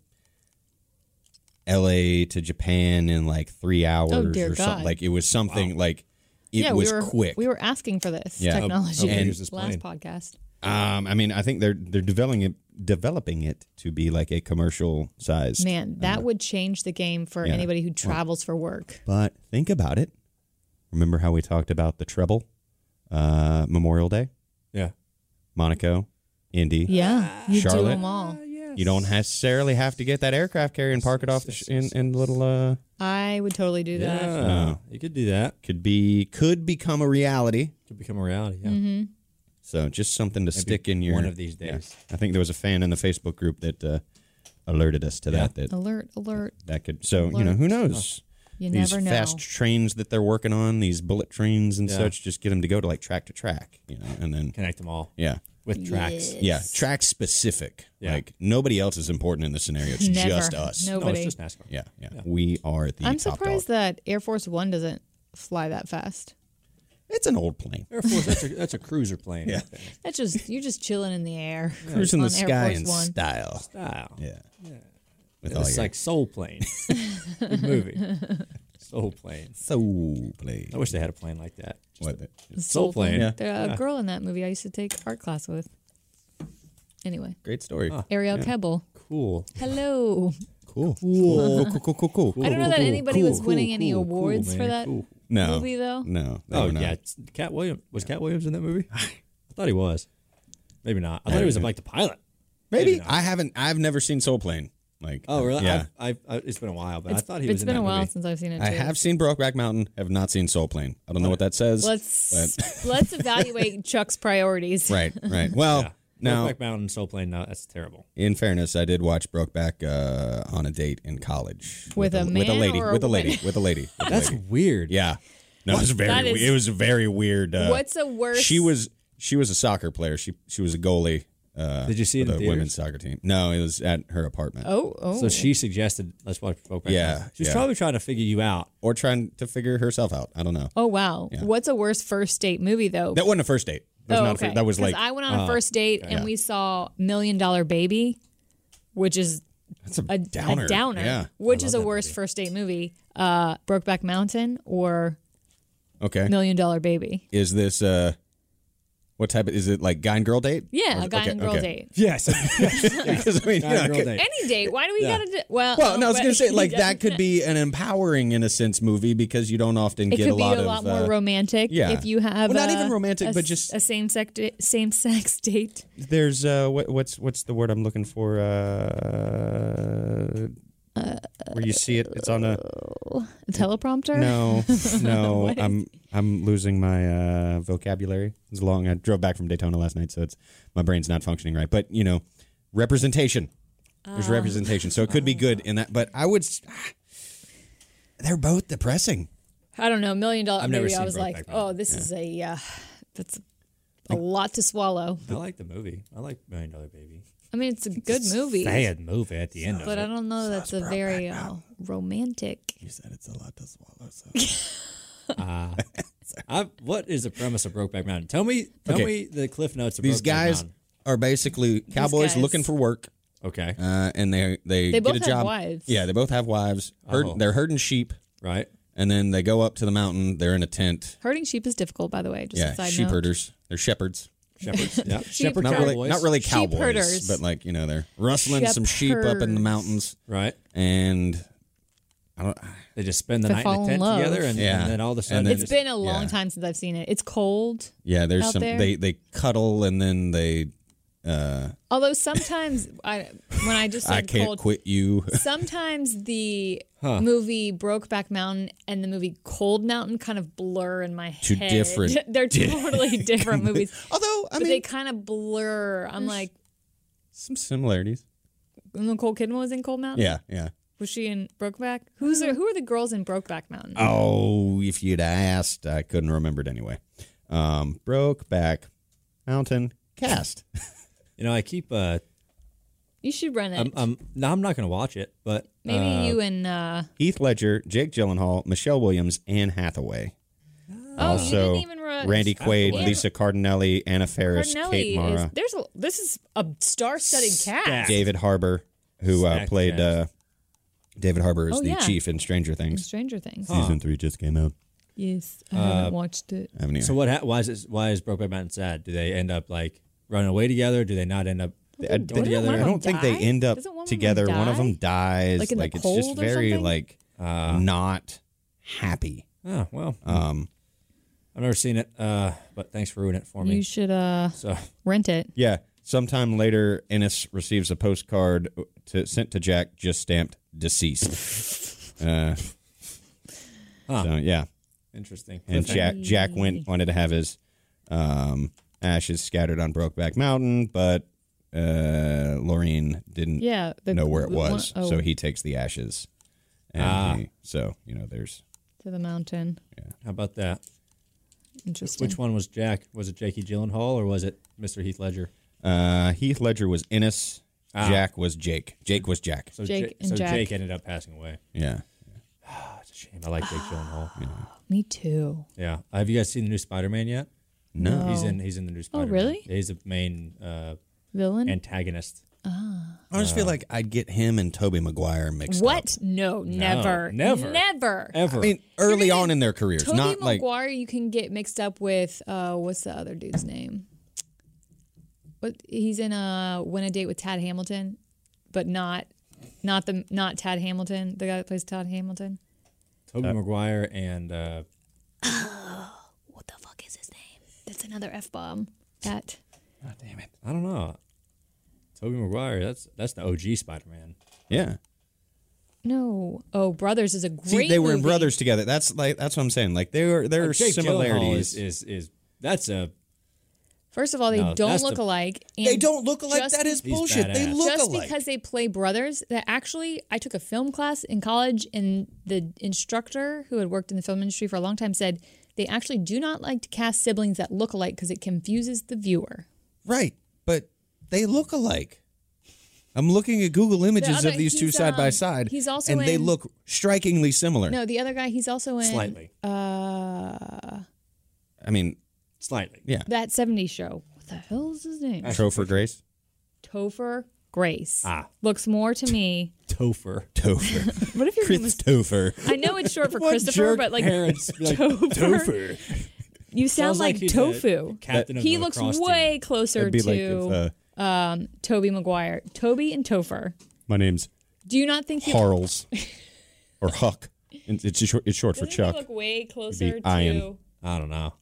Speaker 4: LA to Japan in like three hours
Speaker 5: Oh, dear
Speaker 4: or
Speaker 5: God.
Speaker 4: something. Like it was something like it was
Speaker 5: we were
Speaker 4: quick.
Speaker 5: We were asking for this
Speaker 4: Yeah.
Speaker 5: technology
Speaker 3: How big
Speaker 5: in
Speaker 3: is this
Speaker 5: last
Speaker 3: plane?
Speaker 5: podcast.
Speaker 4: um I mean I think they're they're developing it developing it to be like a commercial size.
Speaker 5: Man, that would change the game for
Speaker 4: uh, Yeah.
Speaker 5: anybody who travels for work.
Speaker 4: But think about it. Remember how we talked about the treble uh Memorial Day?
Speaker 3: Yeah.
Speaker 4: Monaco, Indy.
Speaker 5: Yeah, you do
Speaker 4: Ah, Charlotte?
Speaker 5: them all.
Speaker 4: You don't necessarily have to get that aircraft carrier and park it off the sh- in, in little uh
Speaker 5: I would totally do that.
Speaker 3: Yeah. You could do that.
Speaker 4: could be could become a reality.
Speaker 3: Could become a reality. Yeah.
Speaker 5: Mm-hmm.
Speaker 4: So just something to stick in your
Speaker 3: one of these
Speaker 4: Yeah.
Speaker 3: days.
Speaker 4: I think there was a fan in the Facebook group that uh, alerted us to that. That
Speaker 5: Alert, alert.
Speaker 4: that could. So you know who knows.
Speaker 5: oh, You
Speaker 4: these
Speaker 5: never know.
Speaker 4: fast trains that they're working on, these bullet trains and
Speaker 3: Yeah.
Speaker 4: such, just get them to go to like track to track, you know, and then
Speaker 3: Connect them all
Speaker 4: yeah,
Speaker 3: with tracks.
Speaker 4: yeah, track specific.
Speaker 3: Yeah.
Speaker 4: Like nobody else is important in this scenario. It's
Speaker 5: Never.
Speaker 4: just us.
Speaker 3: No, it's
Speaker 5: Nobody.
Speaker 3: just NASCAR.
Speaker 4: Yeah, yeah, We are the.
Speaker 5: I'm
Speaker 4: top
Speaker 5: surprised
Speaker 4: dog.
Speaker 5: that Air Force One doesn't fly that fast.
Speaker 4: it's an old plane.
Speaker 3: Air Force, that's a, that's a cruiser plane.
Speaker 4: Yeah.
Speaker 5: That's just you're just chilling in the air.
Speaker 4: Cruising
Speaker 5: on
Speaker 4: the
Speaker 5: Air
Speaker 4: sky
Speaker 5: Force
Speaker 4: in
Speaker 5: One.
Speaker 4: style.
Speaker 3: Wow.
Speaker 4: Yeah. With all
Speaker 3: It's
Speaker 4: your
Speaker 3: like Soul Plane. Good movie. Soul Plane.
Speaker 4: soul plane.
Speaker 3: I wish they had a plane like that. Just
Speaker 4: What the-
Speaker 3: a Soul Plane.
Speaker 4: Yeah.
Speaker 5: The girl in that movie I used to take art class with. Anyway,
Speaker 4: Great story.
Speaker 5: Ariel Kebble.
Speaker 4: Cool.
Speaker 5: Hello.
Speaker 4: Cool. Cool. cool. Cool. Cool. Cool.
Speaker 5: I don't know that
Speaker 3: cool,
Speaker 5: anybody
Speaker 3: cool,
Speaker 5: was winning
Speaker 3: cool,
Speaker 5: any
Speaker 3: cool, cool,
Speaker 5: awards for
Speaker 3: man,
Speaker 5: that
Speaker 3: cool.
Speaker 4: No.
Speaker 5: movie, though.
Speaker 4: No. they
Speaker 3: Oh
Speaker 4: were not.
Speaker 3: yeah, it's- Cat Williams was Cat Williams in that movie? I thought he was. Maybe not. I
Speaker 4: No,
Speaker 3: thought he was
Speaker 4: maybe-
Speaker 3: like the pilot.
Speaker 4: Maybe
Speaker 3: not.
Speaker 4: I haven't. I've never seen Soul Plane. Like.
Speaker 3: Oh really?
Speaker 4: Yeah.
Speaker 3: I, I, I, it's been a while, but
Speaker 5: It's
Speaker 3: I thought he
Speaker 5: it's
Speaker 3: was.
Speaker 5: been
Speaker 3: in
Speaker 5: a
Speaker 3: that
Speaker 5: while
Speaker 3: movie.
Speaker 5: since I've seen it.
Speaker 4: I
Speaker 5: too.
Speaker 4: have seen Brokeback Mountain. Have not seen Soul Plane. I don't know what that says.
Speaker 5: Let's let's evaluate Chuck's priorities.
Speaker 4: right. Right. Well. Now,
Speaker 3: Brokeback Mountain, Soul Plane. No, that's terrible.
Speaker 4: in fairness, I did watch Brokeback uh, on a date in college
Speaker 5: With a
Speaker 4: with a
Speaker 5: man
Speaker 4: lady,
Speaker 5: or a
Speaker 4: with a
Speaker 5: woman?
Speaker 4: lady, with a lady. with a
Speaker 3: That's
Speaker 4: lady.
Speaker 3: weird.
Speaker 4: yeah. No, it was very.
Speaker 5: That
Speaker 4: we-
Speaker 5: is-
Speaker 4: it was a very weird. Uh,
Speaker 5: What's a worse?
Speaker 4: She was she was a soccer player. She she was a goalie. Uh,
Speaker 3: Did you see it
Speaker 4: for
Speaker 3: in
Speaker 4: the
Speaker 3: theaters?
Speaker 4: women's soccer team? No, it was at her apartment.
Speaker 5: Oh, oh.
Speaker 3: So she suggested let's watch Brokeback.
Speaker 4: Yeah,
Speaker 3: Mountain. She was
Speaker 4: yeah.
Speaker 3: probably trying to figure you out.
Speaker 4: Or trying to figure herself out. I don't know.
Speaker 5: oh wow. What's a worse first date movie though?
Speaker 4: That wasn't a first date. That was
Speaker 5: oh,
Speaker 4: not a fir-
Speaker 5: okay.
Speaker 4: that was
Speaker 5: 'Cause
Speaker 4: like
Speaker 5: I went on a first date and
Speaker 4: Yeah.
Speaker 5: we saw Million Dollar Baby, which is
Speaker 4: that's a,
Speaker 5: a
Speaker 4: downer.
Speaker 5: a downer
Speaker 4: Yeah.
Speaker 5: which is a worse first date movie, uh, Brokeback Mountain or
Speaker 4: Okay.
Speaker 5: Million Dollar Baby?
Speaker 4: Is this uh what type of is it like guy and girl date? Or
Speaker 5: Yeah,
Speaker 4: is-
Speaker 5: a guy
Speaker 4: okay,
Speaker 5: and girl
Speaker 4: okay.
Speaker 5: date.
Speaker 3: Yes.
Speaker 4: Because I mean, you know, okay.
Speaker 5: Any date? Why do we gotta do? Well,
Speaker 4: Well, no, I was
Speaker 5: but-
Speaker 4: gonna say like that could be an empowering, in a sense, movie because you don't often
Speaker 5: It
Speaker 4: get
Speaker 5: could
Speaker 4: a
Speaker 5: be
Speaker 4: lot
Speaker 5: a
Speaker 4: of
Speaker 5: lot
Speaker 4: uh,
Speaker 5: more romantic
Speaker 4: yeah.
Speaker 5: if you have
Speaker 4: Well, not
Speaker 5: a-
Speaker 4: even romantic,
Speaker 5: a
Speaker 4: but
Speaker 5: s-
Speaker 4: just-
Speaker 5: a same sex same sex date.
Speaker 4: there's uh what, what's what's the word I'm looking for uh where you see it it's on a
Speaker 5: uh, A teleprompter.
Speaker 4: no no I'm I'm losing my uh vocabulary it's long I drove back from Daytona last night so it's my brain's not functioning right but you know representation there's
Speaker 5: Ah.
Speaker 4: representation so it could be good in that but I would s- they're both depressing
Speaker 5: I don't know. Million dollar.
Speaker 3: I've never
Speaker 5: maybe I
Speaker 3: seen
Speaker 5: was like,
Speaker 3: Brokeback Mountain.
Speaker 5: oh, this is a uh, that's a lot to swallow.
Speaker 3: I like the movie. I like Million Dollar Baby.
Speaker 5: I mean, it's a good movie,
Speaker 3: Bad movie at the end of
Speaker 5: but I
Speaker 3: it.
Speaker 5: don't know. That's a very uh, romantic.
Speaker 4: you said it's a lot to swallow so
Speaker 3: I, what is the premise of Brokeback Mountain? Tell me. Tell
Speaker 4: Okay.
Speaker 3: me the cliff notes of
Speaker 4: these
Speaker 3: Brokeback
Speaker 4: guys
Speaker 3: Mountain.
Speaker 4: are basically cowboys
Speaker 5: guys.
Speaker 4: looking for work
Speaker 3: Okay.
Speaker 4: uh, and they they, get
Speaker 5: both
Speaker 4: a
Speaker 5: have
Speaker 4: job.
Speaker 5: wives.
Speaker 4: Yeah, they both have wives. Herd,
Speaker 3: Oh.
Speaker 4: They're herding sheep,
Speaker 3: Right.
Speaker 4: and then they go up to the mountain. They're in a tent.
Speaker 5: Herding sheep is difficult, by the way. Just a
Speaker 4: yeah,
Speaker 5: side
Speaker 4: sheep
Speaker 5: note.
Speaker 4: herders. They're shepherds.
Speaker 3: Shepherds. Yeah. Shepherd
Speaker 4: Not really,
Speaker 3: cowboys.
Speaker 4: not really
Speaker 5: Sheep
Speaker 4: cowboys,
Speaker 5: herders.
Speaker 4: but like you know, they're rustling some sheep up in the
Speaker 5: Shepherds.
Speaker 4: mountains,
Speaker 3: Right.
Speaker 4: and I don't.
Speaker 3: They just spend the
Speaker 5: To
Speaker 3: night
Speaker 5: fall
Speaker 3: in
Speaker 5: in
Speaker 3: the tent
Speaker 5: love.
Speaker 3: together, and,
Speaker 4: Yeah.
Speaker 3: and then all of a
Speaker 4: And
Speaker 3: sudden,
Speaker 4: then
Speaker 3: they
Speaker 5: It's
Speaker 3: just-
Speaker 5: been a long
Speaker 4: yeah.
Speaker 5: time since I've seen it. It's cold.
Speaker 4: Yeah, there's
Speaker 5: Out
Speaker 4: some.
Speaker 5: there.
Speaker 4: They they cuddle and then they.
Speaker 5: Although sometimes I, when I just said
Speaker 4: I can't
Speaker 5: cold,
Speaker 4: quit you.
Speaker 5: sometimes the movie Brokeback Mountain and the movie Cold Mountain kind of blur in my
Speaker 4: Two
Speaker 5: head.
Speaker 4: different-
Speaker 5: They're totally different movies.
Speaker 4: Although I
Speaker 5: but they
Speaker 4: mean,
Speaker 5: kind of blur. I'm like,
Speaker 4: some similarities.
Speaker 5: Nicole Kidman was in Cold Mountain.
Speaker 4: Yeah, Uh-huh. yeah.
Speaker 5: Was she in Brokeback? Who's the, who are the girls in Brokeback Mountain?
Speaker 4: Oh, if you'd asked, I couldn't remember it anyway. Um, broke back, mountain cast.
Speaker 3: you know, I keep. Uh,
Speaker 5: you should run it.
Speaker 3: I'm, I'm. No, I'm not going to watch it, but uh,
Speaker 5: Maybe you and uh,
Speaker 4: Heath Ledger, Jake Gyllenhaal, Michelle Williams, Anne Hathaway.
Speaker 5: oh,
Speaker 4: also,
Speaker 5: you didn't even re-
Speaker 4: Randy Quaid,
Speaker 5: Hathaway.
Speaker 4: Lisa Cardinelli, Anna Faris, Kate
Speaker 5: Cardinelli is
Speaker 4: Mara,
Speaker 5: there's a, this is a star-studded cast.
Speaker 4: David Harbour, who uh,
Speaker 3: Stacked
Speaker 4: played uh, David Harbour is
Speaker 5: Oh,
Speaker 4: the
Speaker 5: yeah.
Speaker 4: chief in Stranger
Speaker 5: in
Speaker 4: Things.
Speaker 5: Stranger Things.
Speaker 4: Season three just came out.
Speaker 5: Yes, I
Speaker 4: Uh,
Speaker 5: haven't watched it.
Speaker 4: I haven't either.
Speaker 3: So what? Ha- why is it, why is Brokeback Mountain sad? Do they end up like running away together? Do they not end up?
Speaker 4: I,
Speaker 5: Doesn't one of
Speaker 4: I
Speaker 5: them
Speaker 4: don't think they
Speaker 5: die?
Speaker 4: end up
Speaker 5: Doesn't one of them
Speaker 4: together. One of
Speaker 5: die?
Speaker 4: them dies.
Speaker 5: Like in the
Speaker 4: it's just
Speaker 5: cold or
Speaker 4: very
Speaker 5: something?
Speaker 4: like Uh. not happy.
Speaker 3: Oh well,
Speaker 4: Um,
Speaker 3: I've never seen it. Uh, but thanks for ruining it for me.
Speaker 5: You should uh,
Speaker 3: so
Speaker 5: rent it.
Speaker 4: yeah. Sometime later, Ennis receives a postcard to, sent to Jack, just stamped deceased. uh, So yeah,
Speaker 3: interesting.
Speaker 4: and
Speaker 3: Cliffhanger.
Speaker 4: Jack Jack went wanted to have his um, ashes scattered on Brokeback Mountain, but uh, Lorraine didn't
Speaker 5: Yeah, the-
Speaker 4: know where it
Speaker 5: the one-
Speaker 4: was,
Speaker 5: oh,
Speaker 4: so he takes the ashes. And
Speaker 3: Ah.
Speaker 4: he- so you know, there's
Speaker 5: to the mountain.
Speaker 3: How about that?
Speaker 5: Interesting.
Speaker 3: Which one was Jack? Was it Jakey Gyllenhaal or was it Mr. Heath Ledger?
Speaker 4: uh, Heath Ledger was Ennis, Jack was Jake, Jake was Jack.
Speaker 3: So
Speaker 5: Jake
Speaker 3: Ja-
Speaker 5: and
Speaker 3: so
Speaker 5: Jack.
Speaker 3: Jake ended up passing away.
Speaker 4: Yeah,
Speaker 3: That's a shame. I like Jake Gyllenhaal.
Speaker 5: Me too.
Speaker 3: Yeah. Have you guys seen the new Spider-Man yet?
Speaker 4: no,
Speaker 3: He's in. He's in the new Spider-Man.
Speaker 5: Oh, really?
Speaker 3: He's the main uh,
Speaker 5: Villain?
Speaker 3: antagonist.
Speaker 4: I just feel like I'd get him and Toby Maguire mixed up.
Speaker 5: what? No, never,
Speaker 3: never.
Speaker 5: never.
Speaker 3: Ever.
Speaker 4: I mean, early on in their careers,
Speaker 5: Toby
Speaker 4: not like
Speaker 5: McGuire, you can get mixed up with uh, what's the other dude's name? what he's in a win a date with Tad Hamilton, but not not the not Tad Hamilton, the guy that plays Tad Hamilton.
Speaker 3: Toby Maguire and uh,
Speaker 5: What the fuck is his name? That's another f bomb. That
Speaker 4: God damn it.
Speaker 3: I don't know. Toby Maguire, that's that's the OG Spider Man.
Speaker 4: Yeah.
Speaker 5: no. Oh, Brothers is a great.
Speaker 4: See, they were
Speaker 5: movie.
Speaker 4: brothers together. That's like that's what I'm saying. Like there are there are
Speaker 3: Jake Gyllenhaal
Speaker 4: similarities.
Speaker 3: is, is is that's a
Speaker 5: First of all, they
Speaker 3: No,
Speaker 5: don't
Speaker 3: that's
Speaker 5: look
Speaker 3: the-
Speaker 5: alike. And
Speaker 4: they don't look alike.
Speaker 5: just
Speaker 4: That is
Speaker 5: be-
Speaker 3: He's
Speaker 4: bullshit. They
Speaker 3: badass.
Speaker 4: look
Speaker 5: just
Speaker 4: alike.
Speaker 5: because they play brothers that actually i took a film class in college and the instructor who had worked in the film industry for a long time said they actually do not like to cast siblings that look alike because it confuses the viewer
Speaker 4: Right, but they look alike. I'm looking at Google images
Speaker 5: other-
Speaker 4: of these two
Speaker 5: he's,
Speaker 4: side by
Speaker 5: um,
Speaker 4: side.
Speaker 5: he's also
Speaker 4: and they
Speaker 5: in-
Speaker 4: look strikingly similar.
Speaker 5: no the other guy he's also in
Speaker 3: slightly,
Speaker 4: I mean,
Speaker 3: slightly.
Speaker 4: Yeah.
Speaker 5: that 70s show what the hell is his name
Speaker 4: Topher Grace.
Speaker 5: topher grace
Speaker 3: Ah.
Speaker 5: looks more to me
Speaker 3: Topher.
Speaker 4: Topher.
Speaker 5: what if your name was
Speaker 4: Topher.
Speaker 5: i know it's short for christopher but like
Speaker 3: Harris, like
Speaker 5: topher
Speaker 3: Topher.
Speaker 5: you sound
Speaker 3: Sounds like
Speaker 5: like,
Speaker 3: he's a
Speaker 5: tofu
Speaker 3: captain of
Speaker 5: he
Speaker 3: the
Speaker 5: looks
Speaker 3: lacrosse team.
Speaker 5: way closer
Speaker 4: It'd be
Speaker 5: to
Speaker 4: like if uh,
Speaker 5: Toby Maguire. Toby and Topher.
Speaker 4: my name's
Speaker 5: Do you not think he
Speaker 4: Harles or Huck. And It's, it's, short, it's short for
Speaker 5: doesn't he
Speaker 4: Chuck.
Speaker 5: look way closer to
Speaker 4: Ian.
Speaker 3: I don't know.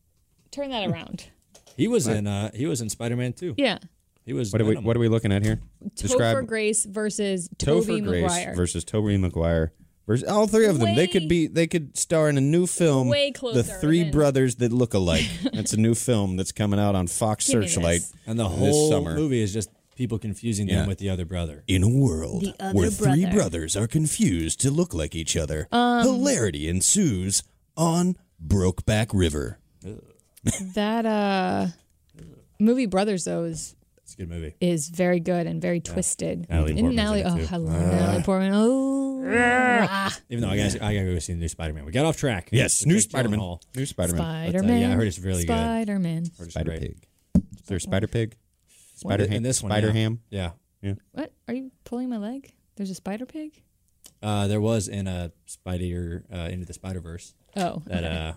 Speaker 5: turn that around?
Speaker 3: He was in uh he was in Spider Man too.
Speaker 5: Yeah.
Speaker 3: He was
Speaker 4: What are we
Speaker 3: Venom.
Speaker 4: What are we looking at here?
Speaker 5: Topher Grace versus Toby
Speaker 4: Topher Grace
Speaker 5: Maguire.
Speaker 4: versus Toby Maguire. Versus all three of them. They could
Speaker 5: Way-
Speaker 4: be they could star in a new film.
Speaker 5: Way
Speaker 4: the
Speaker 5: closer
Speaker 4: three
Speaker 5: than-
Speaker 4: brothers that look alike. That's a new film that's coming out on Fox
Speaker 5: Give me
Speaker 4: Searchlight.
Speaker 5: this.
Speaker 3: and the
Speaker 4: this
Speaker 3: whole
Speaker 4: summer.
Speaker 3: movie is just people confusing
Speaker 4: Yeah.
Speaker 3: them with the other brother.
Speaker 4: In a world
Speaker 5: The other
Speaker 4: where three
Speaker 5: brother. Um,
Speaker 4: brothers are confused to look like each other, hilarity ensues on Brokeback River.
Speaker 5: that uh movie Brothers though is
Speaker 3: It's a good movie.
Speaker 5: is very good and very twisted.
Speaker 3: Natalie
Speaker 5: Isn't
Speaker 3: Portman's
Speaker 5: Natalie,
Speaker 3: in
Speaker 5: oh,
Speaker 3: it, too. Ah.
Speaker 5: I love Natalie Portman. Oh, ah,
Speaker 3: Even though I gotta, I gotta go see the new Spider Man. We got off track.
Speaker 4: Yes,
Speaker 3: With
Speaker 4: new
Speaker 3: Jake
Speaker 4: Spider-Man.
Speaker 3: Gyllenhaal.
Speaker 4: New Spider-Man.
Speaker 5: Spider
Speaker 3: uh,
Speaker 5: Man.
Speaker 3: yeah, I heard it's really good.
Speaker 5: Spider Man.
Speaker 3: Or just
Speaker 4: Spider
Speaker 3: right.
Speaker 4: Pig. Is there Spider Pig? Spider
Speaker 3: And
Speaker 4: Ham.
Speaker 3: this one,
Speaker 4: Spider
Speaker 3: yeah.
Speaker 4: Ham.
Speaker 3: Yeah.
Speaker 5: What? Are you pulling my leg? There's a spider pig?
Speaker 3: Uh, there was in a Spidey or uh, Into the Spider Verse
Speaker 5: Oh.
Speaker 3: that uh,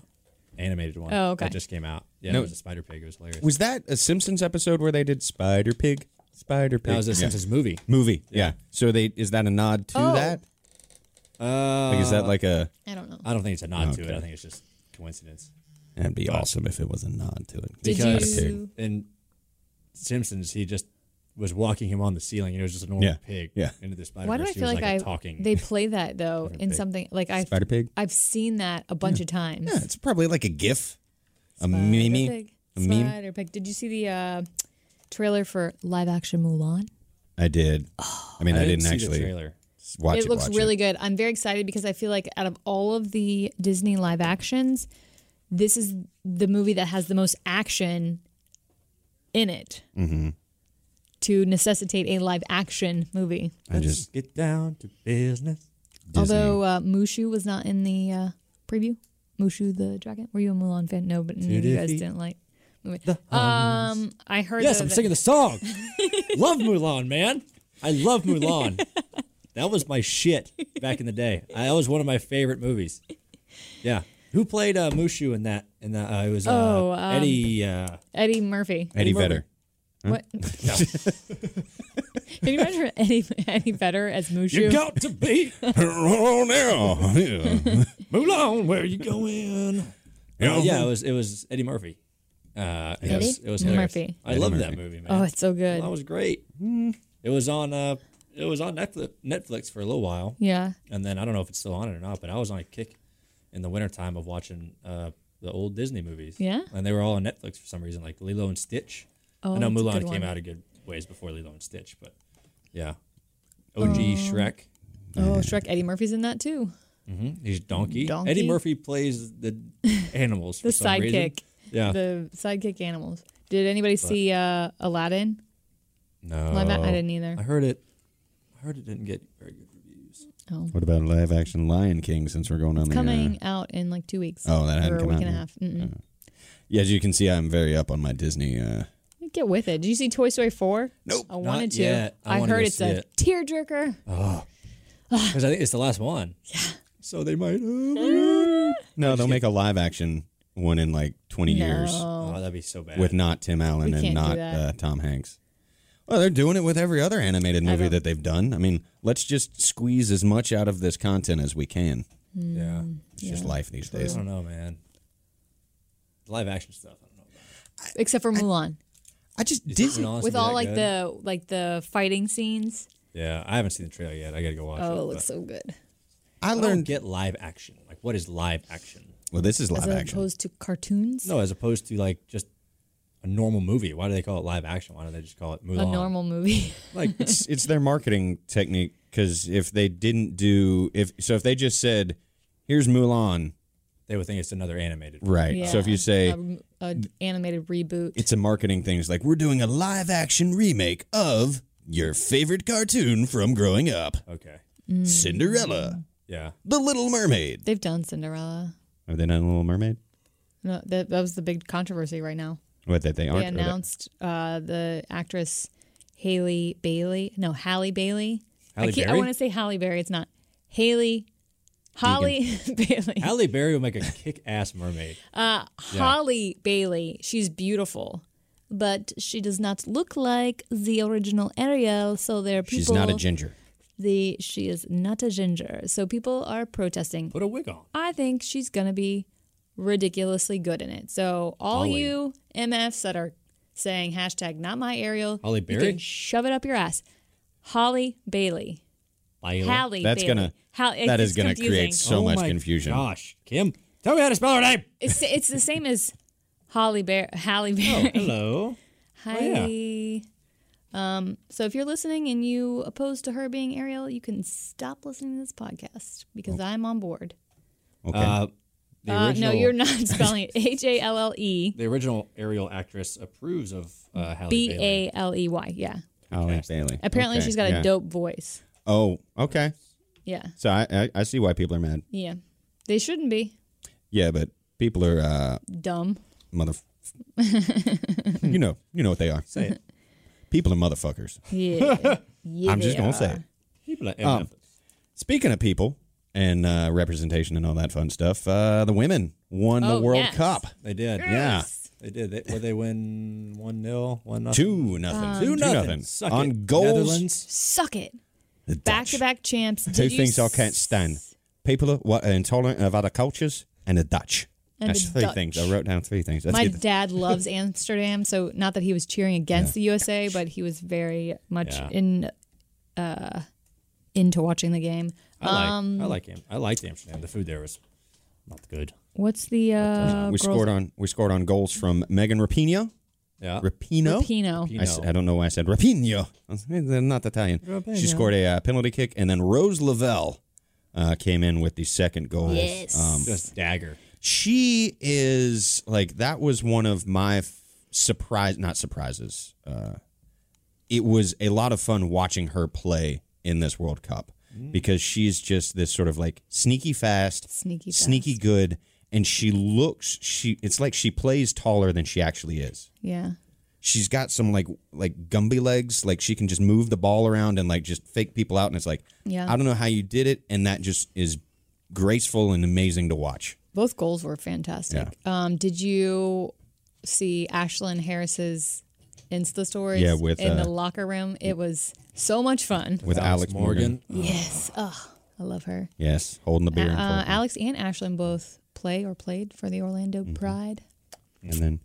Speaker 3: animated one.
Speaker 5: Oh, okay.
Speaker 3: That just came out. Yeah,
Speaker 4: No.
Speaker 3: it was a Spider Pig. It was hilarious.
Speaker 4: Was that a Simpsons episode where they did Spider Pig? Spider Pig.
Speaker 3: that was a
Speaker 4: Yeah.
Speaker 3: Simpsons movie.
Speaker 4: movie. Yeah. So they is that a nod to
Speaker 5: Oh.
Speaker 4: that?
Speaker 3: Uh,
Speaker 4: Like is that like a?
Speaker 5: I don't know.
Speaker 3: I don't think it's a nod to
Speaker 4: Okay.
Speaker 3: it. I think it's just coincidence.
Speaker 4: That'd be awesome if it was a nod to it.
Speaker 5: Did
Speaker 3: Because
Speaker 5: you-
Speaker 3: in Simpsons, he just was walking him on the ceiling, and it was just a normal
Speaker 4: Yeah,
Speaker 3: pig.
Speaker 4: yeah.
Speaker 3: Into the Spider
Speaker 5: Why do
Speaker 3: Verse,
Speaker 5: I
Speaker 3: he
Speaker 5: feel
Speaker 3: was
Speaker 5: like,
Speaker 3: like,
Speaker 5: I
Speaker 3: a talking.
Speaker 5: they play that though in
Speaker 3: pig.
Speaker 5: something like I
Speaker 4: Spider Pig.
Speaker 5: I've seen that a bunch of times.
Speaker 4: Yeah, it's probably like a GIF, a
Speaker 5: Spider
Speaker 4: meme,
Speaker 5: Pig.
Speaker 4: a meme.
Speaker 5: Spider Pig. Did you see the uh, trailer for live action Mulan?
Speaker 4: I did. I mean, I, didn't,
Speaker 3: Oh, see The
Speaker 4: actually
Speaker 3: trailer.
Speaker 4: s- watch it.
Speaker 5: it looks
Speaker 4: watch
Speaker 5: really good. I'm very excited because I feel like out of all of the Disney live actions, this is the movie that has the most action in it.
Speaker 4: Mm-hmm.
Speaker 5: To necessitate a live action movie.
Speaker 4: I just
Speaker 3: Get down to business.
Speaker 4: Disney.
Speaker 5: Although uh, Mushu was not in the uh, preview. Mushu the dragon. Were you a Mulan fan? No, but you guys
Speaker 3: defeat
Speaker 5: didn't like. the movie. Um, I heard.
Speaker 3: Yes,
Speaker 5: though
Speaker 3: I'm
Speaker 5: that-
Speaker 3: singing the song. love Mulan, man. I love Mulan. that was my shit back in the day. I, that was one of my favorite movies. Yeah. Who played uh, Mushu in that? In that, uh, it was uh,
Speaker 5: Oh, um,
Speaker 3: Eddie. Uh,
Speaker 5: Eddie Murphy.
Speaker 4: Eddie
Speaker 3: Murphy.
Speaker 4: Vedder.
Speaker 5: What? Can you imagine Eddie Eddie Vedder as Mushu?
Speaker 3: you got to be
Speaker 4: Oh, now. Yeah.
Speaker 3: Mulan. Where you going? Uh, yeah, it was it was Eddie Murphy. Uh, and it was,
Speaker 5: Eddie
Speaker 3: it was hilarious.
Speaker 5: Murphy.
Speaker 3: I love that movie, man.
Speaker 5: oh, it's so good. Hmm.
Speaker 3: that was great. It was on uh, it was on Netflix Netflix for a little while.
Speaker 5: yeah.
Speaker 3: And then I don't know if it's still on it or not, but I was on a kick in the wintertime of watching uh, the old Disney movies.
Speaker 5: Yeah?
Speaker 3: And they were all on Netflix for some reason, like Lilo and Stitch.
Speaker 5: Oh,
Speaker 3: I know
Speaker 5: that's a
Speaker 3: Mulan
Speaker 5: good
Speaker 3: came
Speaker 5: one.
Speaker 3: out a good ways before Lilo and Stitch, but yeah. OG Shrek. Hmm?
Speaker 5: Oh, Shrek. Eddie Murphy's in that too.
Speaker 3: He's donkey.
Speaker 5: Donkey?
Speaker 3: Eddie Murphy plays the animals for
Speaker 5: The
Speaker 3: some reason. Oh.
Speaker 5: sidekick.
Speaker 3: Yeah.
Speaker 5: The sidekick animals. Did anybody see uh, Aladdin?
Speaker 3: no.
Speaker 5: Live ac- I didn't either.
Speaker 3: Oh. I heard it. I heard it didn't get very good reviews.
Speaker 5: Oh,
Speaker 4: What about a live action Lion King since we're going on the uh,
Speaker 5: coming out in like two weeks.
Speaker 4: Oh, that hadn't
Speaker 5: or a
Speaker 4: come
Speaker 5: week
Speaker 4: out
Speaker 5: and a
Speaker 4: yet.
Speaker 5: half. Mm-mm.
Speaker 4: yeah, as you can see, I'm very up on my Disney. Uh,
Speaker 5: Get with it. Did you see Toy Story 4?
Speaker 4: Nope.
Speaker 5: I
Speaker 3: Not
Speaker 5: wanted to.
Speaker 3: yet. I
Speaker 5: I,
Speaker 3: wanna
Speaker 5: heard
Speaker 3: go
Speaker 5: it's
Speaker 3: see
Speaker 5: a
Speaker 3: it. Oh,
Speaker 5: tearjerker.
Speaker 3: Because I think it's the last one. Yeah. So they might.
Speaker 4: no, they'll make a live action one in like 20 years
Speaker 5: No.
Speaker 3: Oh, that'd be so bad.
Speaker 4: with not Tim Allen and
Speaker 5: We can't do
Speaker 4: not
Speaker 5: that.
Speaker 4: uh, Tom Hanks. Well, they're doing it with every other animated movie
Speaker 5: don't-
Speaker 4: that they've done. I mean, let's just squeeze as much out of this content as we can.
Speaker 3: Yeah.
Speaker 4: It's just life these
Speaker 3: Mm. I
Speaker 4: days.
Speaker 3: don't know, man. Live action stuff. I don't know.
Speaker 5: except for Mulan,
Speaker 4: I just
Speaker 3: You think
Speaker 4: Disney.
Speaker 3: Mulan's
Speaker 5: with
Speaker 3: gonna be
Speaker 5: all
Speaker 3: that
Speaker 5: like
Speaker 3: good?
Speaker 5: the like the fighting scenes.
Speaker 3: Yeah, I haven't seen the trailer yet. I gotta go watch
Speaker 5: Oh,
Speaker 3: it.
Speaker 5: it looks
Speaker 3: but
Speaker 5: so good.
Speaker 4: I
Speaker 3: I don't
Speaker 4: learned.
Speaker 3: get live action. Like, what is live action?
Speaker 4: Well, this is
Speaker 5: As
Speaker 4: live action.
Speaker 5: opposed to cartoons,
Speaker 3: No, as opposed to like just a normal movie. Why do they call it live action? Why don't they just call it Mulan?
Speaker 5: a normal movie.
Speaker 4: Like it's it's their marketing technique because if they didn't do if so if they just said, "Here's Mulan,"
Speaker 3: They would think it's another animated.
Speaker 4: right? So if
Speaker 5: Yeah.
Speaker 4: you say
Speaker 5: a, a animated reboot.
Speaker 4: it's a marketing thing, it's like we're doing a live action remake of your favorite cartoon from growing up,
Speaker 3: Okay.
Speaker 4: Cinderella,
Speaker 3: Yeah.
Speaker 4: The Little Mermaid.
Speaker 5: They've done Cinderella.
Speaker 4: Have they done Little Mermaid?
Speaker 5: No, that that was the big controversy right now.
Speaker 4: What that they aren't?
Speaker 5: they
Speaker 4: or that-
Speaker 5: announced uh, the actress Haley Bailey. No, Halle Bailey. I,
Speaker 3: Halle
Speaker 5: keep- I
Speaker 3: Berry?
Speaker 5: want to say Halle Berry. It's not Haley. Holly Bailey.
Speaker 3: Halle Berry will make a kick ass mermaid.
Speaker 5: Holly Bailey. She's beautiful, but she does not look like the original Ariel. So there are people.
Speaker 4: She's not a ginger.
Speaker 5: the she is not a ginger. So people are protesting.
Speaker 3: Put a wig on.
Speaker 5: I think she's gonna be ridiculously good in it. So all
Speaker 3: Holly.
Speaker 5: you MFs that are saying hashtag not my Ariel,
Speaker 3: Holly
Speaker 5: you
Speaker 3: Berry?
Speaker 5: can shove it up your ass. Holly Bailey,
Speaker 3: Lila.
Speaker 5: Hallie
Speaker 4: That's
Speaker 5: Bailey.
Speaker 4: gonna-
Speaker 5: Hal-
Speaker 4: that
Speaker 5: it's
Speaker 4: is gonna
Speaker 5: confusing.
Speaker 4: create so
Speaker 3: Oh
Speaker 4: much
Speaker 3: my
Speaker 4: confusion.
Speaker 3: Gosh, Kim, tell me how to spell her name.
Speaker 5: It's it's the same as Holly Bear, Halle
Speaker 4: Oh.
Speaker 5: Berry.
Speaker 3: Oh, Hello.
Speaker 5: Hi.
Speaker 3: yeah.
Speaker 5: Um, so if you're listening and you oppose to her being Ariel, you can stop listening to this podcast because I'm on board.
Speaker 4: Okay.
Speaker 3: Uh, the
Speaker 5: Uh,
Speaker 3: original,
Speaker 5: no, you're not spelling it. H A L L E
Speaker 3: The original Ariel actress approves of uh, Halle
Speaker 5: B
Speaker 3: Bailey.
Speaker 5: A L E Y. Yeah.
Speaker 4: Holly Oh, Bailey.
Speaker 5: Apparently,
Speaker 4: Okay,
Speaker 5: she's got
Speaker 4: yeah.
Speaker 5: a dope voice.
Speaker 4: Oh, okay.
Speaker 5: Yeah.
Speaker 4: So I, I I see why people are mad.
Speaker 5: Yeah. They shouldn't be
Speaker 4: Yeah, but people are uh
Speaker 5: dumb.
Speaker 4: mother. you know, you know what they are.
Speaker 3: Say it.
Speaker 4: People are motherfuckers.
Speaker 5: Yeah. yeah
Speaker 4: I'm just
Speaker 5: they
Speaker 4: gonna
Speaker 5: are.
Speaker 4: say it.
Speaker 3: People at
Speaker 4: Um, Speaking of people and uh, representation and all that fun stuff, uh, the women won the
Speaker 5: Oh,
Speaker 4: World
Speaker 5: yes.
Speaker 4: Cup.
Speaker 3: They did.
Speaker 5: Yes.
Speaker 3: They did. They, well, they win 1 0, 1
Speaker 5: Uh,
Speaker 3: nothing.
Speaker 4: Two nothing.
Speaker 3: Two nothing. Suck
Speaker 4: on
Speaker 3: it.
Speaker 4: goals.
Speaker 3: Netherlands.
Speaker 5: Suck it.
Speaker 4: The
Speaker 5: Back
Speaker 4: Dutch.
Speaker 5: to back champs.
Speaker 4: Two
Speaker 5: Did you
Speaker 4: things I can't stand: people who are uh, intolerant of other cultures and the Dutch.
Speaker 5: And
Speaker 4: That's
Speaker 5: the
Speaker 4: three
Speaker 5: Dutch.
Speaker 4: things. I wrote down three things. Let's
Speaker 5: My
Speaker 4: get the-
Speaker 5: dad loves Amsterdam, so not that he was cheering against the USA, but he was very much
Speaker 3: Yeah.
Speaker 5: in uh, into watching the game.
Speaker 3: I like,
Speaker 5: Um,
Speaker 3: I like him. I liked Amsterdam. The food there was not good.
Speaker 5: What's the uh,
Speaker 4: we scored on we scored on goals from Megan Rapinoe.
Speaker 3: Yeah.
Speaker 4: Rapinoe.
Speaker 5: Pino?
Speaker 4: I, s- I don't know why I said Rapinoe. I was- eh, They're not Italian. She
Speaker 3: Rapinoe.
Speaker 4: scored a uh, penalty kick, and then Rose Lavelle uh, came in with the second goal.
Speaker 5: Yes.
Speaker 4: um,
Speaker 3: Just dagger.
Speaker 4: She is like that was one of my f- surprise, not surprises. Uh, it was a lot of fun watching her play in this World Cup because she's just this sort of like sneaky fast,
Speaker 5: Mm. Sneaky fast.
Speaker 4: sneaky good, and she looks she. It's like she plays taller than she actually is
Speaker 5: Yeah.
Speaker 4: she's got some like like Gumby legs. Like she can just move the ball around and like just fake people out. And it's like,
Speaker 5: Yeah.
Speaker 4: I don't know how you did it, and that just is graceful and amazing to watch.
Speaker 5: Both goals were fantastic. Um, did you see Ashlyn Harris's Insta stories?
Speaker 4: Yeah, with,
Speaker 5: in
Speaker 4: uh,
Speaker 5: the locker room, it was so much fun.
Speaker 4: With uh, Alex, Morgan.
Speaker 5: yes, oh, I love her.
Speaker 4: yes, holding the beer, and,
Speaker 5: Uh,
Speaker 4: fork.
Speaker 5: Alex and Ashlyn both play or played for the Orlando
Speaker 4: Mm-hmm.
Speaker 5: Pride.
Speaker 4: and then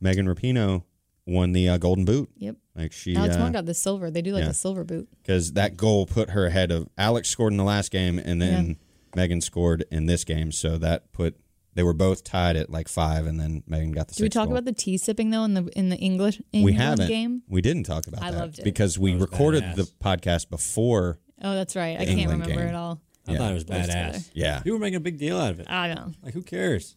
Speaker 4: Megan Rapinoe won the uh, Golden Boot.
Speaker 5: Yep.
Speaker 4: Like she,
Speaker 5: Alex Morgan
Speaker 4: because
Speaker 5: got the silver. They do like
Speaker 4: yeah.
Speaker 5: a silver boot.
Speaker 4: that goal put her ahead of Alex scored in the last game, and then
Speaker 5: Yeah.
Speaker 4: Megan scored in this game. So that put they were both tied at like five, and then Megan got the.
Speaker 5: Did we talk about the tea sipping though in the in the English
Speaker 4: we
Speaker 5: England
Speaker 4: haven't.
Speaker 5: game?
Speaker 4: We didn't talk about
Speaker 5: I
Speaker 4: that
Speaker 5: loved it.
Speaker 4: because we recorded the podcast before.
Speaker 5: Oh, that's right. I can't
Speaker 4: England
Speaker 5: remember
Speaker 4: game.
Speaker 5: at all.
Speaker 3: I thought it was badass.
Speaker 4: Yeah,
Speaker 3: You were making a big deal out of it.
Speaker 5: I don't. know.
Speaker 3: Like, who cares?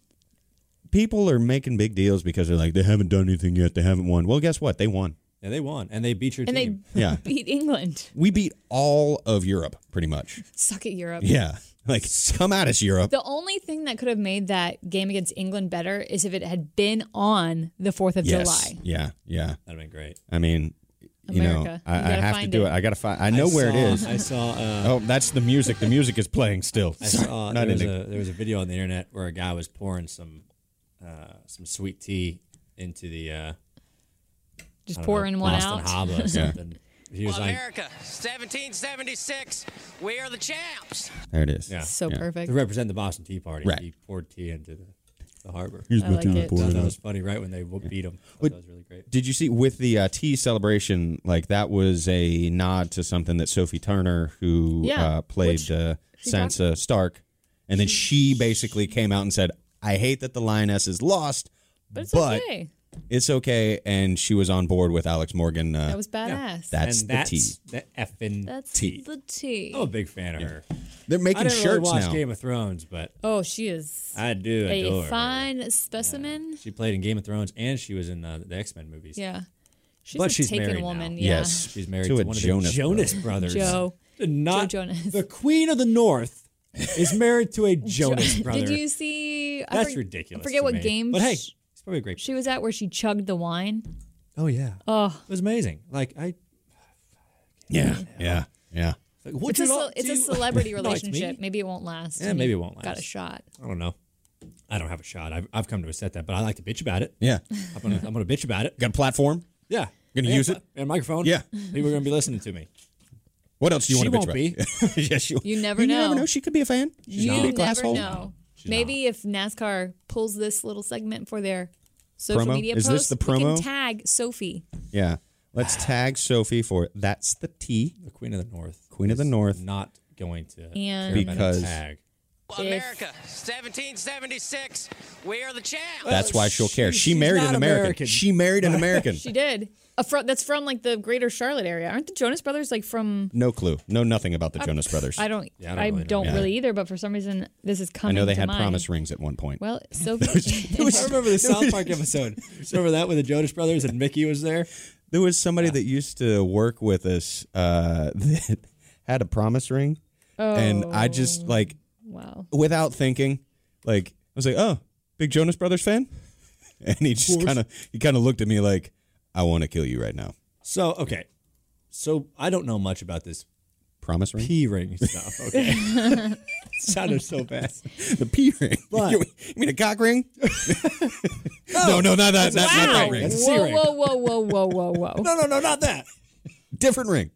Speaker 4: people are making big deals because they're like they haven't done anything yet. They haven't won. Well, guess what? They won.
Speaker 3: Yeah, they won. And they beat your
Speaker 5: And they
Speaker 3: team.
Speaker 4: Yeah,
Speaker 5: beat England.
Speaker 4: we beat all of Europe pretty much.
Speaker 5: Suck it, Europe.
Speaker 4: Yeah, like come at us, Europe.
Speaker 5: The only thing that could have made that game against England better is if it had been on the fourth of
Speaker 4: yes.
Speaker 5: July.
Speaker 4: Yeah, yeah.
Speaker 3: That'd have been great.
Speaker 4: I mean, you know,
Speaker 5: America.
Speaker 4: I,
Speaker 5: You
Speaker 4: I
Speaker 5: gotta
Speaker 4: have to
Speaker 5: find
Speaker 4: do it.
Speaker 5: it.
Speaker 4: I gotta find. I know
Speaker 3: I
Speaker 4: where it
Speaker 3: saw-
Speaker 4: is.
Speaker 3: I saw. Uh,
Speaker 4: oh, that's the music. The music is playing still.
Speaker 3: I saw Uh,
Speaker 4: Not
Speaker 3: there was,
Speaker 4: ending.
Speaker 3: a, there was a video on the internet where a guy was pouring some uh, some sweet tea into the uh,
Speaker 5: Just
Speaker 3: I don't
Speaker 5: pour
Speaker 3: know,
Speaker 5: in one
Speaker 3: Boston
Speaker 5: out.
Speaker 3: Haba or something. He was
Speaker 6: Well,
Speaker 3: like,
Speaker 6: America, 1776, we are the champs.
Speaker 4: There it is.
Speaker 3: yeah,
Speaker 5: So
Speaker 4: Yeah.
Speaker 5: perfect.
Speaker 3: to represent the Boston Tea Party,
Speaker 4: Right.
Speaker 3: he poured tea into the, the harbor.
Speaker 4: Here's
Speaker 5: I like it.
Speaker 3: I thought that was funny, right when they wo- beat him. I thought
Speaker 4: Would-
Speaker 3: that was really great.
Speaker 4: Did you see with the uh, tea celebration? Like that was a nod to something that Sophie Turner, who
Speaker 5: Yeah,
Speaker 4: uh, played
Speaker 5: which
Speaker 4: uh,
Speaker 5: she talked-
Speaker 4: Sansa Stark, and then she basically came out and said, "I hate that the lioness is lost,
Speaker 5: But it's
Speaker 4: but
Speaker 5: okay.
Speaker 4: it's okay." And she was on board with Alex Morgan. Uh,
Speaker 5: That was
Speaker 4: that-
Speaker 5: badass.
Speaker 4: That's
Speaker 3: and
Speaker 4: the
Speaker 3: that's
Speaker 4: tea.
Speaker 3: The effing
Speaker 5: That's
Speaker 3: tea.
Speaker 5: the tea.
Speaker 4: Oh.
Speaker 3: I'm a big fan of her.
Speaker 4: they're
Speaker 3: I
Speaker 4: making
Speaker 3: didn't really
Speaker 4: shirts
Speaker 3: watch
Speaker 4: now.
Speaker 3: Game of Thrones, but
Speaker 5: Oh, she is
Speaker 3: I do adore
Speaker 5: a
Speaker 3: her.
Speaker 5: fine specimen.
Speaker 3: She played in Game of Thrones and she was in uh, the X Men movies.
Speaker 5: Yeah. She's
Speaker 3: But
Speaker 5: a
Speaker 3: she's married
Speaker 5: taken
Speaker 3: now.
Speaker 5: woman. Yeah.
Speaker 4: Yes,
Speaker 3: She's married
Speaker 4: To
Speaker 3: to,
Speaker 4: a
Speaker 3: one
Speaker 4: Jonas
Speaker 3: of the Jonas brothers.
Speaker 5: Joe.
Speaker 3: Not
Speaker 5: Joe Jonas.
Speaker 3: The Queen of the North is married to a Jonas brother.
Speaker 5: Did you see? I
Speaker 3: That's
Speaker 5: forg-
Speaker 3: ridiculous.
Speaker 5: I forget
Speaker 3: to
Speaker 5: what
Speaker 3: me.
Speaker 5: game
Speaker 3: But hey,
Speaker 5: sh-
Speaker 3: it's probably a great.
Speaker 5: she was at where she chugged the wine.
Speaker 3: oh yeah.
Speaker 5: Oh,
Speaker 3: it was amazing. Like I.
Speaker 4: Yeah, yeah, yeah.
Speaker 3: Like, what
Speaker 5: it's a,
Speaker 3: you
Speaker 5: ce-
Speaker 3: not
Speaker 5: it's a
Speaker 3: do-
Speaker 5: celebrity
Speaker 3: Like me?
Speaker 5: relationship. Maybe it won't last.
Speaker 3: Yeah,
Speaker 5: and
Speaker 3: maybe
Speaker 5: you
Speaker 3: it won't
Speaker 5: Got a
Speaker 3: last.
Speaker 5: shot.
Speaker 3: I don't know. I don't have a shot. I've, I've come to accept that, but I like to bitch about it.
Speaker 4: Yeah,
Speaker 3: I'm gonna, I'm gonna bitch about it.
Speaker 4: got a platform.
Speaker 3: Yeah.
Speaker 4: Gonna
Speaker 3: Yeah,
Speaker 4: use it?
Speaker 3: And a microphone.
Speaker 4: Yeah.
Speaker 3: People are gonna be listening to me.
Speaker 4: What else do you
Speaker 3: She
Speaker 4: want to bitch
Speaker 3: won't be.
Speaker 4: about? yeah, she.
Speaker 5: You never
Speaker 4: You never
Speaker 5: know.
Speaker 4: know. She could be a fan. She's
Speaker 5: you
Speaker 4: could be a
Speaker 5: never
Speaker 4: glasshole.
Speaker 5: know. maybe if NASCAR pulls this little segment for their social
Speaker 4: Promo?
Speaker 5: media
Speaker 4: Is this
Speaker 5: post,
Speaker 4: the
Speaker 5: we
Speaker 4: promo?
Speaker 5: can tag Sophie.
Speaker 4: Yeah. Let's tag Sophie for that's the tea.
Speaker 3: The Queen of the North.
Speaker 4: Queen of the
Speaker 3: is
Speaker 4: North.
Speaker 3: Not going to
Speaker 5: And-
Speaker 3: care about a
Speaker 4: Because-
Speaker 3: tag.
Speaker 6: Well,
Speaker 5: If-
Speaker 6: America, 1776, we are the champs.
Speaker 4: That's why she'll care.
Speaker 3: she-
Speaker 4: She
Speaker 3: she's
Speaker 4: married
Speaker 3: not
Speaker 4: an American.
Speaker 3: American.
Speaker 4: She married an American.
Speaker 5: She did. A fro- that's from like the greater Charlotte area. Aren't the Jonas Brothers like from?
Speaker 4: no clue. Know nothing about the Jonas Brothers.
Speaker 5: I don't.
Speaker 3: Yeah, I
Speaker 5: I
Speaker 3: don't
Speaker 5: don't,
Speaker 3: really
Speaker 5: really,
Speaker 3: know. Yeah.
Speaker 5: either. But for some reason, this is
Speaker 4: I
Speaker 5: coming.
Speaker 4: know they
Speaker 5: to
Speaker 4: had
Speaker 5: mind.
Speaker 4: promise rings at one point.
Speaker 5: Well, Sophie.
Speaker 3: I remember the South Park episode. Remember that with the Jonas Brothers and Mickey was there?
Speaker 4: there was somebody that used to work with us uh, that had a promise ring, and I just
Speaker 5: Oh.
Speaker 4: like
Speaker 5: wow.
Speaker 4: without thinking, like I was like, "Oh, big Jonas Brothers fan," and he just kind of he kind of looked at me like, "I want to kill you right now."
Speaker 3: So, okay. So I don't know much about this
Speaker 4: Promise ring.
Speaker 3: P ring stuff. Okay. sounded so bad.
Speaker 4: The P ring.
Speaker 3: But-
Speaker 4: you mean a cock ring? no, no, not that. Not, not
Speaker 5: Wow.
Speaker 4: that
Speaker 3: Wow.
Speaker 4: ring.
Speaker 3: That's a
Speaker 5: Whoa,
Speaker 3: C-ring.
Speaker 5: whoa, whoa, whoa, whoa, whoa, whoa.
Speaker 3: No, no, no, not that.
Speaker 4: Different ring.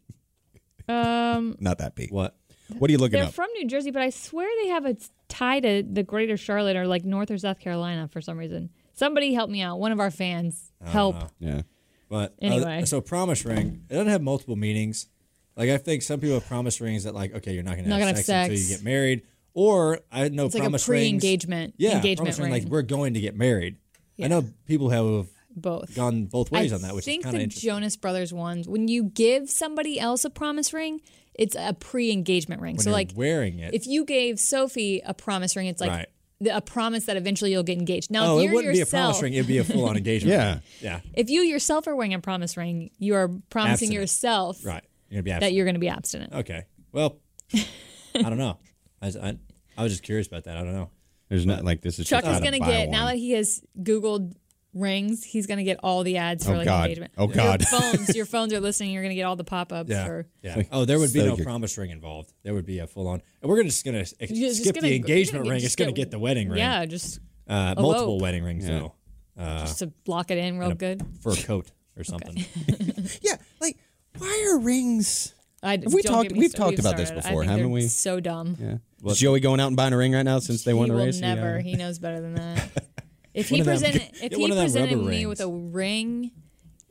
Speaker 5: Um,
Speaker 4: Not that P.
Speaker 3: What?
Speaker 4: What are you looking
Speaker 5: they're
Speaker 4: up?
Speaker 5: from New Jersey, but I swear they have a tie to the greater Charlotte or like North or South Carolina for some reason. Somebody help me out. One of our fans.
Speaker 3: Uh,
Speaker 5: Help.
Speaker 4: yeah.
Speaker 3: But uh,
Speaker 5: Anyway.
Speaker 3: so promise ring, it doesn't have multiple meanings. Like I think some people have promise rings that like, okay, you're not gonna
Speaker 5: Not
Speaker 3: have,
Speaker 5: gonna have
Speaker 3: sex, until
Speaker 5: sex.
Speaker 3: you get married. Or I know
Speaker 5: It's like
Speaker 3: promise
Speaker 5: a
Speaker 3: rings.
Speaker 5: pre-engagement
Speaker 3: Yeah,
Speaker 5: engagement
Speaker 3: promise ring,
Speaker 5: ring.
Speaker 3: like we're going to get married. I know people have
Speaker 5: Both.
Speaker 3: gone both
Speaker 5: I
Speaker 3: ways on that, which is
Speaker 5: think
Speaker 3: kind of
Speaker 5: the
Speaker 3: interesting.
Speaker 5: Jonas Brothers ones. When you give somebody else a promise ring, it's a pre-engagement ring.
Speaker 3: When
Speaker 5: so
Speaker 3: you're
Speaker 5: like,
Speaker 3: wearing it,
Speaker 5: if you gave Sophie a promise ring, it's like
Speaker 3: Right.
Speaker 5: the, a promise that eventually you'll get engaged. Now,
Speaker 3: oh,
Speaker 5: if
Speaker 3: it
Speaker 5: you're
Speaker 3: wouldn't be a
Speaker 5: yourself,
Speaker 3: promise ring; it'd be a full-on engagement.
Speaker 4: Yeah.
Speaker 3: ring. yeah,
Speaker 5: if you yourself are wearing a promise ring, you are promising
Speaker 3: Abstinent.
Speaker 5: yourself
Speaker 3: right. You're gonna be
Speaker 5: that
Speaker 3: absent.
Speaker 5: you're going to be abstinent.
Speaker 3: okay. Well, I don't know. I, was- I, I was just curious about that. I don't know.
Speaker 4: There's not like this is.
Speaker 5: Chuck
Speaker 4: just how
Speaker 5: is going to
Speaker 4: buy
Speaker 5: get
Speaker 4: one.
Speaker 5: now that he has Googled rings, he's going to get all the ads for
Speaker 4: Oh,
Speaker 5: like
Speaker 4: God.
Speaker 5: engagement.
Speaker 4: Oh, God.
Speaker 5: Your phones, your phones are listening. You're going to get all the pop ups
Speaker 3: Yeah.
Speaker 5: for.
Speaker 3: Yeah. Oh, there would be
Speaker 4: so
Speaker 3: no
Speaker 4: you're-
Speaker 3: promise ring involved. There would be a full on. And we're gonna just gonna ex- skip
Speaker 5: You're just gonna-
Speaker 3: the
Speaker 5: you're
Speaker 3: engagement
Speaker 5: gonna
Speaker 3: ring. It's
Speaker 5: just
Speaker 3: gonna get the wedding ring.
Speaker 5: Yeah, just
Speaker 3: Uh, multiple
Speaker 5: elope.
Speaker 3: wedding rings though,
Speaker 5: just
Speaker 4: Ah.
Speaker 5: to block it in real good.
Speaker 3: for a coat or something.
Speaker 4: Yeah, like why are rings?
Speaker 5: I,
Speaker 4: Have we
Speaker 5: don't
Speaker 4: talked-
Speaker 5: get me
Speaker 4: we've
Speaker 5: started.
Speaker 4: talked about this
Speaker 5: started. I
Speaker 4: before,
Speaker 5: think
Speaker 4: haven't
Speaker 5: they're
Speaker 4: we?
Speaker 5: So dumb.
Speaker 4: Yeah. Is Joey going out and buying a ring right now since they won
Speaker 5: he
Speaker 4: the
Speaker 5: will
Speaker 4: race? Yeah.
Speaker 5: never. He knows better than that. If
Speaker 3: uh, One
Speaker 5: he
Speaker 3: of them-
Speaker 5: presented, if
Speaker 3: get one
Speaker 5: he
Speaker 3: of them
Speaker 5: presented
Speaker 3: rubber
Speaker 5: me with a ring,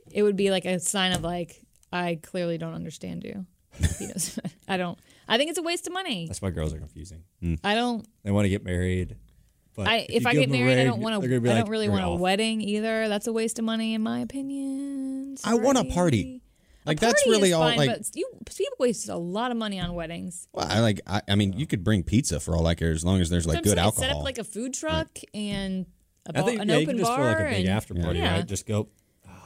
Speaker 5: it would be like a sign of like I clearly don't understand you. He does. I don't. I think it's a waste of money.
Speaker 3: That's why girls are confusing.
Speaker 4: Mm.
Speaker 5: I don't.
Speaker 3: They want to get married. But
Speaker 5: I if,
Speaker 3: you
Speaker 5: I
Speaker 3: give
Speaker 5: get
Speaker 3: them a
Speaker 5: married, I
Speaker 3: ring,
Speaker 5: don't want
Speaker 3: they're
Speaker 5: to.
Speaker 3: gonna be
Speaker 5: I
Speaker 3: like,
Speaker 5: don't really
Speaker 3: "You're
Speaker 5: want a
Speaker 3: off."
Speaker 5: wedding either. That's a waste of money, in my opinion.
Speaker 4: I want a
Speaker 5: Sorry.
Speaker 4: party. Like that's
Speaker 5: Party is
Speaker 4: really all.
Speaker 5: fine,
Speaker 4: like,
Speaker 5: but you people waste a lot of money on weddings.
Speaker 4: well, I like. I, I mean, you could bring pizza for all I care, as long as there's like
Speaker 5: Sometimes
Speaker 4: good
Speaker 5: I
Speaker 4: alcohol.
Speaker 5: Set up like a food truck and a
Speaker 3: I
Speaker 5: bar,
Speaker 3: think
Speaker 5: an
Speaker 3: yeah, you
Speaker 5: open
Speaker 3: can just
Speaker 5: bar
Speaker 3: throw like a big
Speaker 5: and
Speaker 3: after party,
Speaker 5: Yeah.
Speaker 3: right? Just go.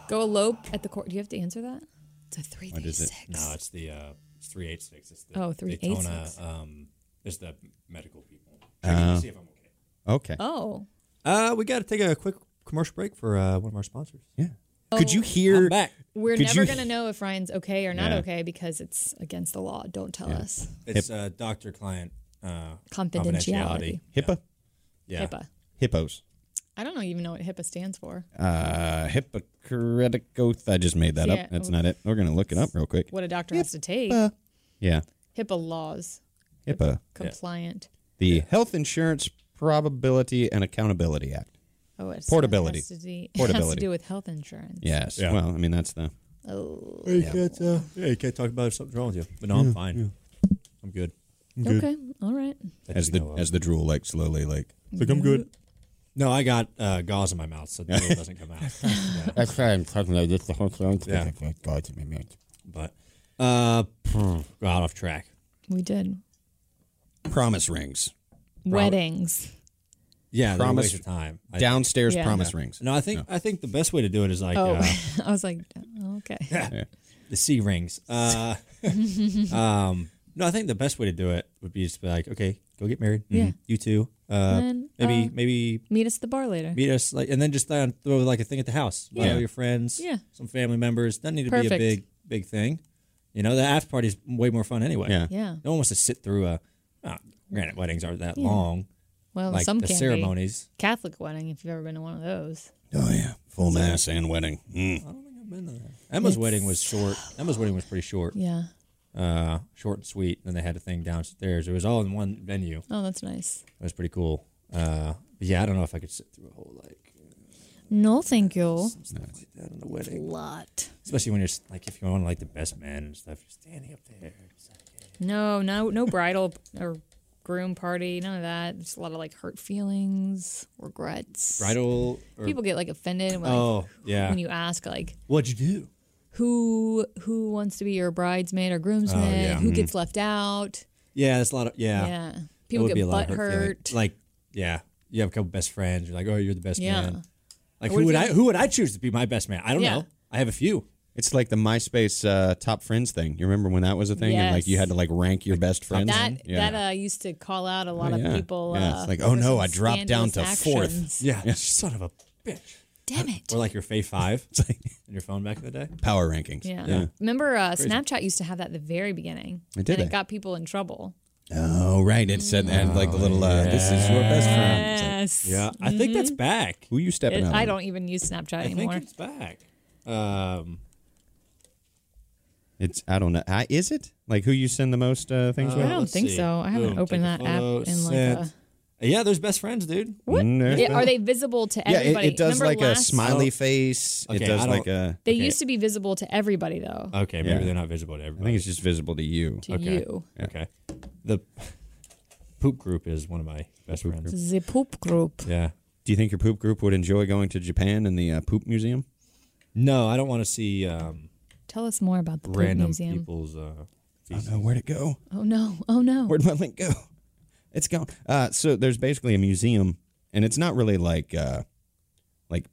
Speaker 5: go elope at the court. Do you have to answer that? It's a three thirty
Speaker 4: is it?
Speaker 5: six.
Speaker 3: No, it's the uh, it's three eight six. It's the
Speaker 5: Oh, 386.
Speaker 3: Daytona, Um, it's the medical people. see if I'm okay.
Speaker 4: okay.
Speaker 5: Oh,
Speaker 3: Uh, we got to take a quick commercial break for uh, one of our sponsors.
Speaker 4: yeah. Could
Speaker 5: Oh,
Speaker 4: you hear?
Speaker 3: I'm back.
Speaker 5: we're
Speaker 4: Could
Speaker 5: never
Speaker 4: you-
Speaker 5: gonna know if Ryan's okay or not
Speaker 4: Yeah.
Speaker 5: okay because it's against the law. Don't tell us.
Speaker 3: It's uh, doctor client uh,
Speaker 5: Confidentiality.
Speaker 3: confidentiality.
Speaker 4: HIPAA.
Speaker 3: Yeah.
Speaker 5: HIPAA.
Speaker 4: Hippos.
Speaker 5: I don't know even know what HIPAA stands for.
Speaker 4: Uh, hypocritic oath. I just made that
Speaker 5: Yeah,
Speaker 4: up. That's
Speaker 5: oath.
Speaker 4: not it. We're gonna look it up real quick.
Speaker 5: What a doctor has to take.
Speaker 4: Yeah,
Speaker 5: HIPAA laws.
Speaker 4: HIPAA,
Speaker 5: Compliant.
Speaker 4: the Health Insurance Probability and Accountability Act.
Speaker 5: Oh, it's
Speaker 4: Portability.
Speaker 5: It has to, de- It has to
Speaker 4: Portability.
Speaker 5: do with health insurance.
Speaker 4: Yes.
Speaker 3: Yeah.
Speaker 4: Well, I mean that's the
Speaker 5: Oh.
Speaker 3: you can't. Uh, yeah, you can't talk about if something's wrong with you. But no, I'm fine. I'm good.
Speaker 5: Okay. All right.
Speaker 3: That
Speaker 4: as
Speaker 3: you
Speaker 4: the
Speaker 3: know of.
Speaker 4: as the drool like slowly like.
Speaker 3: Like I'm good. No, I got uh, gauze in my mouth, so the drool doesn't come out. Yeah.
Speaker 4: That's why I'm talking like this the whole time.
Speaker 3: Yeah.
Speaker 4: God,
Speaker 3: But uh, got off track.
Speaker 5: We did
Speaker 4: Promise rings.
Speaker 5: weddings.
Speaker 3: Yeah, they're a
Speaker 4: Promise-
Speaker 3: waste of time. I-
Speaker 4: Downstairs
Speaker 5: Yeah.
Speaker 4: promise rings.
Speaker 3: no, I think I think the best way to do it is like
Speaker 5: Oh,
Speaker 3: uh,
Speaker 5: I was like, okay.
Speaker 3: the C rings. Uh, um, no, I think the best way to do it would be just be like, okay, go get married. Mm-hmm.
Speaker 5: Yeah.
Speaker 3: you too. Uh,
Speaker 5: And,
Speaker 3: maybe
Speaker 5: uh,
Speaker 3: maybe
Speaker 5: Meet us at the bar later.
Speaker 3: meet us like, and then just uh, throw like a thing at the house. Invite
Speaker 4: Yeah.
Speaker 3: all your friends.
Speaker 5: Yeah.
Speaker 3: some family members. Doesn't need to be a
Speaker 5: Perfect.
Speaker 3: big big thing. You know, the after party's way more fun anyway.
Speaker 4: Yeah.
Speaker 5: yeah.
Speaker 3: No one wants to sit through a. Oh, granted, weddings aren't that long.
Speaker 5: Well,
Speaker 3: like
Speaker 5: some
Speaker 3: the
Speaker 5: can be.
Speaker 3: ceremonies.
Speaker 5: Catholic wedding, if you've ever been to one of those.
Speaker 4: Oh yeah, full mass and wedding. Mm.
Speaker 3: Emma's
Speaker 5: It's-
Speaker 3: wedding was short. Emma's wedding was pretty short.
Speaker 5: Yeah.
Speaker 3: Uh, short and sweet. And then they had a thing downstairs. It was all in one venue.
Speaker 5: Oh, that's nice.
Speaker 3: It was pretty cool. Uh, but yeah, I don't know if I could sit through a whole like
Speaker 5: No, thank you.
Speaker 3: that in a wedding,
Speaker 5: Lot.
Speaker 3: especially when you're s- like if you want like the best man and stuff, you're standing up there. It's like,
Speaker 5: No, no, no bridal or groom party. None of that. There's a lot of like hurt feelings, regrets.
Speaker 3: Bridal. Or,
Speaker 5: People get like offended when, like,
Speaker 3: oh yeah.
Speaker 5: when you ask like
Speaker 3: What'd you do?
Speaker 5: who who wants to be your bridesmaid or groomsmaid,
Speaker 3: Oh, yeah.
Speaker 5: who gets left out.
Speaker 3: Yeah, that's a lot of yeah.
Speaker 5: Yeah. People
Speaker 3: that would
Speaker 5: get
Speaker 3: be a lot
Speaker 5: butt
Speaker 3: of hurt. feeling.
Speaker 5: hurt.
Speaker 3: Like yeah, you have a couple best friends. You're like, oh, you're the best
Speaker 5: Yeah.
Speaker 3: man. Like
Speaker 5: What
Speaker 3: who
Speaker 5: if
Speaker 3: would
Speaker 5: you-
Speaker 3: I who would I choose to be my best man? I don't
Speaker 5: Yeah.
Speaker 3: know. I have a few.
Speaker 4: It's like the MySpace uh, top friends thing. You remember when that was a thing, and like you
Speaker 5: Yes.
Speaker 4: had to like rank your best friends.
Speaker 5: that
Speaker 4: yeah.
Speaker 5: that uh, used to call out a lot
Speaker 3: Oh,
Speaker 4: yeah.
Speaker 5: of people.
Speaker 4: Yeah,
Speaker 5: Uh,
Speaker 4: it's like, oh,
Speaker 5: for
Speaker 4: no,
Speaker 5: some
Speaker 4: I dropped down to
Speaker 5: scandalous
Speaker 4: fourth.
Speaker 5: actions.
Speaker 3: Yeah. Son of a bitch.
Speaker 5: Damn it.
Speaker 3: Or like your Fay Five
Speaker 4: It's like
Speaker 3: in your phone back in the day.
Speaker 4: power rankings.
Speaker 5: Yeah. Remember, uh, Snapchat used to have that at the very beginning.
Speaker 4: It did,
Speaker 5: And
Speaker 4: eh?
Speaker 5: it got people in trouble.
Speaker 4: Oh right, it said that like the little uh, this is your best friend. It's like,
Speaker 5: Yes.
Speaker 3: Yeah. I think that's
Speaker 5: Mm-hmm.
Speaker 3: back.
Speaker 4: who you stepping
Speaker 5: It-
Speaker 4: out?
Speaker 5: I
Speaker 4: on?
Speaker 5: don't even use Snapchat
Speaker 3: I think
Speaker 5: anymore.
Speaker 3: it's back. Um
Speaker 4: It's I don't know. I, is it like who you send the most uh, things
Speaker 5: I
Speaker 4: with?
Speaker 5: don't
Speaker 3: let's
Speaker 5: think
Speaker 3: see.
Speaker 5: so. I haven't
Speaker 3: Boom,
Speaker 5: opened
Speaker 3: take
Speaker 5: that
Speaker 3: a
Speaker 5: app
Speaker 3: photo,
Speaker 5: in like uh,
Speaker 3: sent.
Speaker 5: a.
Speaker 3: Yeah, there's best friends, dude.
Speaker 5: What?
Speaker 4: No.
Speaker 5: Yeah, are they visible to
Speaker 4: Mm, Yeah, it,
Speaker 5: everybody?
Speaker 4: it does
Speaker 5: Remember
Speaker 4: like a
Speaker 5: last-
Speaker 4: smiley face.
Speaker 3: Okay,
Speaker 4: it does
Speaker 3: I
Speaker 4: like
Speaker 3: don't-
Speaker 4: a.
Speaker 5: They used to be visible to everybody though.
Speaker 3: Okay, maybe
Speaker 4: Yeah.
Speaker 3: they're not visible to
Speaker 4: I think
Speaker 3: everybody.
Speaker 4: it's just visible to you.
Speaker 5: to
Speaker 3: okay.
Speaker 5: you,
Speaker 3: Okay. The poop group is one of my best friends.
Speaker 5: the poop group.
Speaker 3: Yeah.
Speaker 4: Do you think your poop group would enjoy going to Japan and the uh, poop museum?
Speaker 3: No, I don't want to see um,
Speaker 5: Tell us more about the poop
Speaker 3: random
Speaker 5: museum.
Speaker 3: people's. Uh, feces.
Speaker 4: no, where'd it go?
Speaker 5: Oh no! Oh no!
Speaker 4: Where'd my link go? It's gone. Uh, so there's basically a museum, and it's not really like uh, like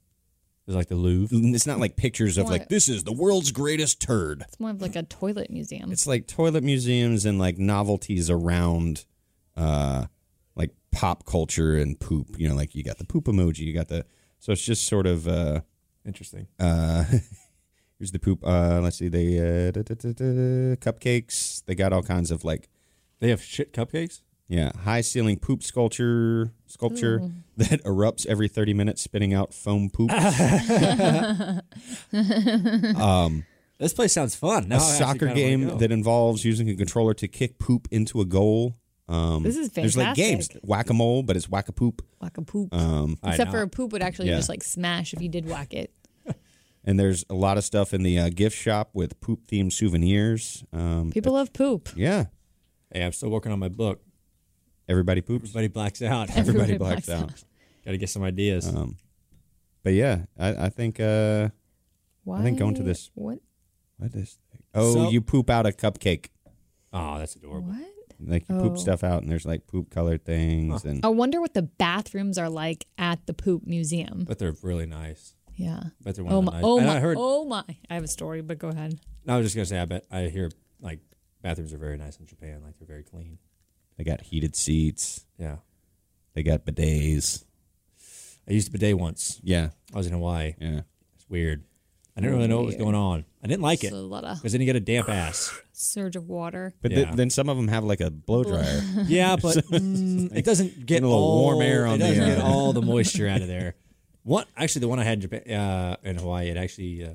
Speaker 3: It's like the Louvre.
Speaker 4: it's not like pictures of
Speaker 5: What?
Speaker 4: like this is the world's greatest turd.
Speaker 5: It's more of like a toilet museum.
Speaker 4: It's like toilet museums and like novelties around uh like pop culture and poop. You know, like you got the poop emoji, you got the so it's just sort of uh
Speaker 3: Interesting.
Speaker 4: uh here's the poop uh let's see they uh da, da, da, da, cupcakes. They got all kinds of like
Speaker 3: They have shit cupcakes.
Speaker 4: yeah, high ceiling poop sculpture sculpture
Speaker 5: Hmm.
Speaker 4: that erupts every 30 minutes spitting out foam poop.
Speaker 3: This place sounds fun. Now
Speaker 4: a
Speaker 3: I actually
Speaker 4: soccer
Speaker 3: kinda wanna
Speaker 4: game
Speaker 3: go.
Speaker 4: that involves using a controller to kick poop into a goal. Um,
Speaker 5: This is
Speaker 4: There's like games,
Speaker 5: fantastic.
Speaker 4: whack a mole, but it's whack a poop.
Speaker 5: like a poop.
Speaker 4: Um,
Speaker 5: Except
Speaker 3: know.
Speaker 5: for a poop would actually
Speaker 4: Yeah.
Speaker 5: just like smash if you did whack it.
Speaker 4: and there's a lot of stuff in the uh, gift shop with poop themed souvenirs. Um,
Speaker 5: People love poop.
Speaker 4: yeah,
Speaker 3: Hey, I'm still working on my book.
Speaker 4: everybody poops,
Speaker 3: Everybody blacks out.
Speaker 4: everybody
Speaker 5: Everybody
Speaker 4: blacks
Speaker 5: blacks
Speaker 4: out.
Speaker 3: Got to get some ideas.
Speaker 4: Um, but yeah, I, I think uh,
Speaker 5: Why?
Speaker 4: think going to this-
Speaker 5: What?
Speaker 4: what is? Oh,
Speaker 3: So-
Speaker 4: you poop out a cupcake.
Speaker 3: oh, that's adorable.
Speaker 5: What?
Speaker 4: Like you poop
Speaker 5: Oh.
Speaker 4: stuff out, and there's like poop colored things, and
Speaker 5: I wonder what the bathrooms are like at the poop museum.
Speaker 3: But they're really nice.
Speaker 5: yeah.
Speaker 3: But they're one
Speaker 5: Oh
Speaker 3: of the
Speaker 5: my!
Speaker 3: nice.
Speaker 5: Oh
Speaker 3: and
Speaker 5: my!
Speaker 3: I heard.
Speaker 5: Oh my! I have a story, but go ahead.
Speaker 3: I was just gonna say. I bet I hear like bathrooms are very nice in Japan. Like they're very clean.
Speaker 4: they got heated seats,
Speaker 3: Yeah.
Speaker 4: they got bidets.
Speaker 3: I used a bidet once.
Speaker 4: Yeah,
Speaker 3: I was in Hawaii.
Speaker 4: yeah.
Speaker 3: It's weird. I didn't really know what was going on. I didn't like it
Speaker 5: So a lot of
Speaker 3: because then you get a damp ass.
Speaker 5: surge of water.
Speaker 4: But
Speaker 3: Yeah.
Speaker 4: th- then some of them have like a blow dryer.
Speaker 3: Yeah, but mm, it doesn't get
Speaker 4: a little
Speaker 3: all,
Speaker 4: warm air on
Speaker 3: it
Speaker 4: the,
Speaker 3: doesn't
Speaker 4: uh,
Speaker 3: get all the moisture out of there. One actually, the one I had in Japan, uh, in Hawaii, it actually uh,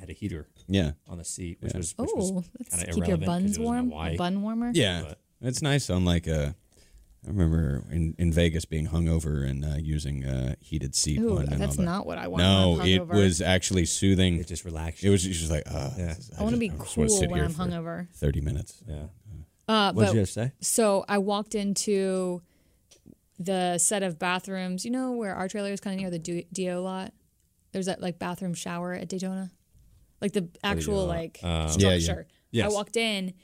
Speaker 3: had a heater
Speaker 4: Yeah.
Speaker 3: on the seat, which was which
Speaker 5: Oh,
Speaker 3: was
Speaker 5: let's
Speaker 3: kind of
Speaker 5: keep your
Speaker 3: irrelevant. 'cause
Speaker 5: buns
Speaker 3: it was in
Speaker 5: warm.
Speaker 3: Hawaii.
Speaker 5: A bun warmer.
Speaker 4: Yeah.
Speaker 3: But-
Speaker 4: it's nice on like a. I remember in, in Vegas being hungover and uh, using uh, heated seat.
Speaker 5: Ooh,
Speaker 4: one and all
Speaker 5: that's
Speaker 4: that.
Speaker 5: not what I want.
Speaker 4: No,
Speaker 5: when I'm
Speaker 4: it
Speaker 5: hungover.
Speaker 4: was actually soothing.
Speaker 3: it just relaxed.
Speaker 4: It was just like, uh,
Speaker 3: Yeah.
Speaker 5: I want to be
Speaker 4: just wanna
Speaker 5: cool
Speaker 4: sit
Speaker 5: when
Speaker 4: here
Speaker 5: I'm
Speaker 4: for
Speaker 5: hungover.
Speaker 4: 30 minutes.
Speaker 3: yeah.
Speaker 5: Uh,
Speaker 3: What
Speaker 5: but
Speaker 3: did you have to say?
Speaker 5: so I walked into the set of bathrooms. You know where our trailer is kind of near the Do- Do lot. There's that like bathroom shower at Daytona, like the actual like structure.
Speaker 4: Yeah, yeah.
Speaker 3: Yes.
Speaker 5: I walked in,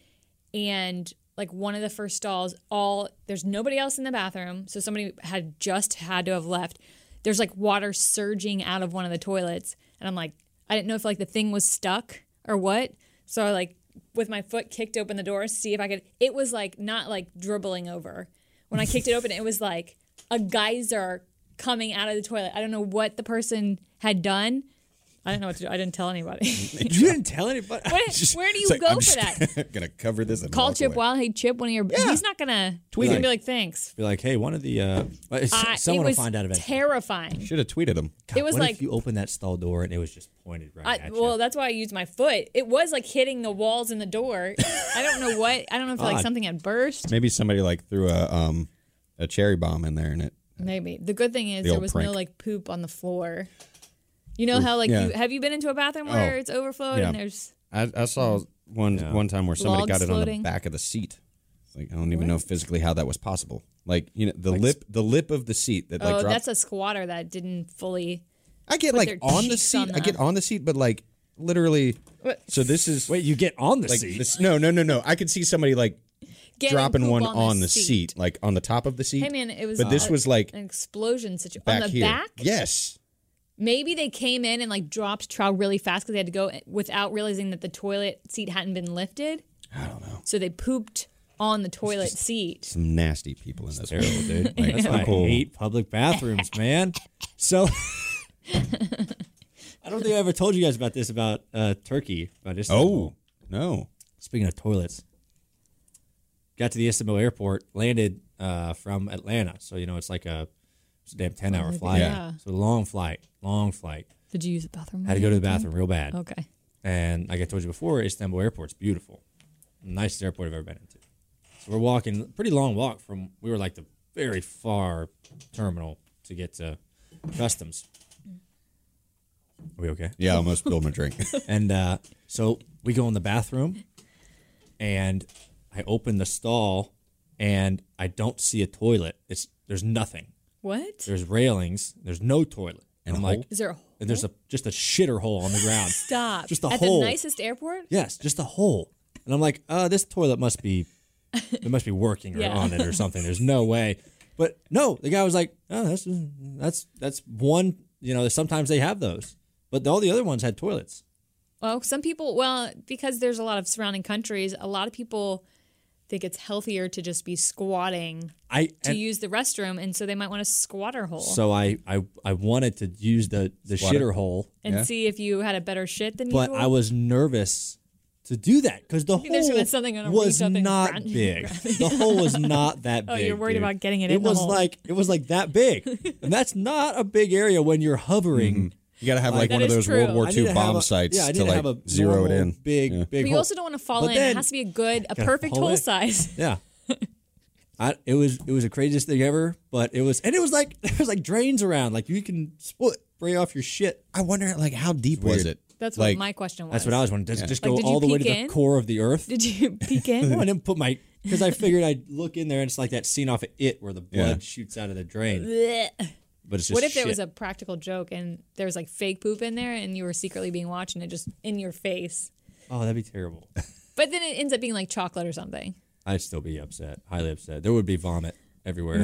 Speaker 5: and like one of the first stalls, all there's nobody else in the bathroom, so somebody had just had to have left. There's like water surging out of one of the toilets, and I'm like, I didn't know if like the thing was stuck or what, so I like with my foot kicked open the door, see if I could. It was like not like dribbling over. When I kicked it open, it was like a geyser coming out of the toilet. I don't know what the person had done. I didn't know what to do. I didn't tell anybody.
Speaker 3: You didn't tell anybody.
Speaker 5: Where, where do you go for that?
Speaker 4: that? Gonna cover this. And
Speaker 5: Call
Speaker 4: walk
Speaker 5: Chip
Speaker 4: away.
Speaker 5: Wild. Hey, Chip, one of your. He's not gonna. Tweet he's gonna be like, thanks.
Speaker 3: Be like, hey, one of the uh, but it's-
Speaker 5: I, it
Speaker 3: someone will
Speaker 5: was
Speaker 3: find out eventually.
Speaker 5: terrifying.
Speaker 4: Should have tweeted him.
Speaker 3: God,
Speaker 5: it was
Speaker 3: what
Speaker 5: like-
Speaker 3: if you opened that stall door and it was just pointed right
Speaker 5: I,
Speaker 3: at you.
Speaker 5: well, that's why I used my foot. It was like hitting the walls and the door. I don't know what. I don't know if like
Speaker 3: Odd.
Speaker 5: something had burst.
Speaker 4: Maybe somebody like threw a um a cherry bomb in there and it.
Speaker 5: Maybe the good thing is
Speaker 4: The
Speaker 5: there
Speaker 4: old
Speaker 5: was no
Speaker 4: prank.
Speaker 5: like poop on the floor. You know how like
Speaker 4: yeah.
Speaker 5: you, have you been into a bathroom where
Speaker 4: Oh,
Speaker 5: it's overflowed
Speaker 4: yeah.
Speaker 5: and there's
Speaker 4: I, I saw one one time where somebody
Speaker 5: Logs
Speaker 4: got it on
Speaker 5: Mm. floating.
Speaker 4: the back of the seat. It's like I don't even know physically how that was possible. Like you know the lip the lip of the seat that like
Speaker 5: oh
Speaker 4: dropped.
Speaker 5: that's a squatter that didn't fully.
Speaker 4: I get
Speaker 5: their
Speaker 4: like on the
Speaker 5: cheeks
Speaker 4: seat.
Speaker 5: on
Speaker 4: I get
Speaker 5: the-
Speaker 4: on the seat, but like literally.
Speaker 5: What?
Speaker 4: So this is
Speaker 3: Wait, you get on the
Speaker 4: like
Speaker 3: seat.
Speaker 4: this. No, no, no, no. I could see somebody like
Speaker 5: Getting
Speaker 4: dropping
Speaker 5: poop
Speaker 4: one on, the seat. like on the top of the seat.
Speaker 5: Hey man, it was.
Speaker 4: But this
Speaker 5: a-
Speaker 4: was like
Speaker 5: an explosion situation on
Speaker 4: back
Speaker 5: the
Speaker 4: here.
Speaker 5: back.
Speaker 4: Yes.
Speaker 5: Maybe they came in and like dropped trowel really fast because they had to go eh, without realizing that the toilet seat hadn't been lifted.
Speaker 4: I don't know.
Speaker 5: So they pooped on the toilet seat.
Speaker 4: Some nasty people in this world,
Speaker 3: terrible,
Speaker 4: dude.
Speaker 3: dude. Like, that's why I
Speaker 4: Cool.
Speaker 3: hate public bathrooms, man. So I don't think I ever told you guys about this about uh, Turkey. About Istanbul.
Speaker 4: Oh no.
Speaker 3: speaking of toilets, got to the Istanbul airport, landed uh, from Atlanta. So you know it's like a, it's a damn ten hour flight.
Speaker 5: Oh, yeah.
Speaker 3: So long flight, long flight.
Speaker 5: Did you use the bathroom?
Speaker 3: Had to go to the bathroom real bad.
Speaker 5: Okay.
Speaker 3: And like I told you before, Istanbul Airport's beautiful. Nicest airport I've ever been into. So we're walking, pretty long walk from, we were like the very far terminal to get to customs. Are we okay?
Speaker 4: Yeah, I almost spilled my drink.
Speaker 3: And uh, so we go in the bathroom, and I open the stall, and I don't see a toilet. It's There's nothing.
Speaker 5: What?
Speaker 3: There's railings. There's no toilet. And I'm
Speaker 4: a
Speaker 3: like,
Speaker 4: hole?
Speaker 5: Is there a
Speaker 3: and there's a just a shitter hole on the ground.
Speaker 5: stop?
Speaker 3: Just a
Speaker 5: At
Speaker 3: hole.
Speaker 5: the nicest airport?
Speaker 3: Yes, just a hole. And I'm like, uh, this toilet must be, it must be working or
Speaker 5: Yeah.
Speaker 3: on it or something. There's no way. But no, the guy was like, oh, that's that's that's one. You know, sometimes they have those, but all the other ones had toilets.
Speaker 5: Well, some people, well, because there's a lot of surrounding countries, a lot of people think it's healthier to just be squatting
Speaker 3: I
Speaker 5: to
Speaker 3: and
Speaker 5: use the restroom. And so they might want a squatter hole
Speaker 3: so I, I I wanted to use the the
Speaker 4: Squatter.
Speaker 3: shitter hole,
Speaker 5: and
Speaker 4: yeah.
Speaker 5: see if you had a better shit than
Speaker 3: but
Speaker 5: usual.
Speaker 3: I was nervous to do that because the hole
Speaker 5: there's gonna be something gonna
Speaker 3: was
Speaker 5: reach up and
Speaker 3: not
Speaker 5: grab-
Speaker 3: big. the hole was not that big.
Speaker 5: Oh, you're worried
Speaker 3: dude.
Speaker 5: about getting it
Speaker 3: It
Speaker 5: in the
Speaker 3: was
Speaker 5: hole.
Speaker 3: like it was like that big, and that's not a big area when you're hovering.
Speaker 4: You gotta have like
Speaker 5: That
Speaker 4: one of
Speaker 5: is
Speaker 4: those
Speaker 5: true.
Speaker 4: World War
Speaker 3: I need
Speaker 4: II
Speaker 3: to have
Speaker 4: Mm-hmm. bomb
Speaker 3: a-
Speaker 4: sites
Speaker 3: yeah, I need
Speaker 4: to like
Speaker 3: have a
Speaker 4: zero it
Speaker 3: normal,
Speaker 4: in.
Speaker 3: Big, big.
Speaker 5: but you
Speaker 3: hole.
Speaker 5: also don't want to fall
Speaker 3: But
Speaker 5: in.
Speaker 3: then-
Speaker 5: it has to be a good, a
Speaker 3: Gotta
Speaker 5: perfect
Speaker 3: pull
Speaker 5: hole
Speaker 3: it.
Speaker 5: size.
Speaker 3: yeah. I, it was it was the craziest thing ever, but it was and it was like there was like drains around, like you can split spray off your shit.
Speaker 4: I wonder like how deep was
Speaker 3: weird.
Speaker 4: it?
Speaker 5: That's
Speaker 4: like,
Speaker 5: what my question was.
Speaker 3: That's what I was wondering. Does it just
Speaker 5: Like,
Speaker 3: go
Speaker 5: did you
Speaker 3: all the way to
Speaker 5: peek
Speaker 3: the
Speaker 5: in?
Speaker 3: core of the earth?
Speaker 5: Did you peek
Speaker 3: No,
Speaker 5: in?
Speaker 3: I didn't put my because I figured I'd look in there and it's like that scene off of it where the blood
Speaker 4: Yeah.
Speaker 3: shoots out of the drain,
Speaker 5: Blech.
Speaker 3: but it's just
Speaker 5: What if there was a
Speaker 3: shit.
Speaker 5: practical joke and there was like fake poop in there and you were secretly being watched and it just in your face?
Speaker 3: oh that'd be terrible.
Speaker 5: But then it ends up being like chocolate or something.
Speaker 3: I'd still be upset, highly upset. There would be vomit everywhere.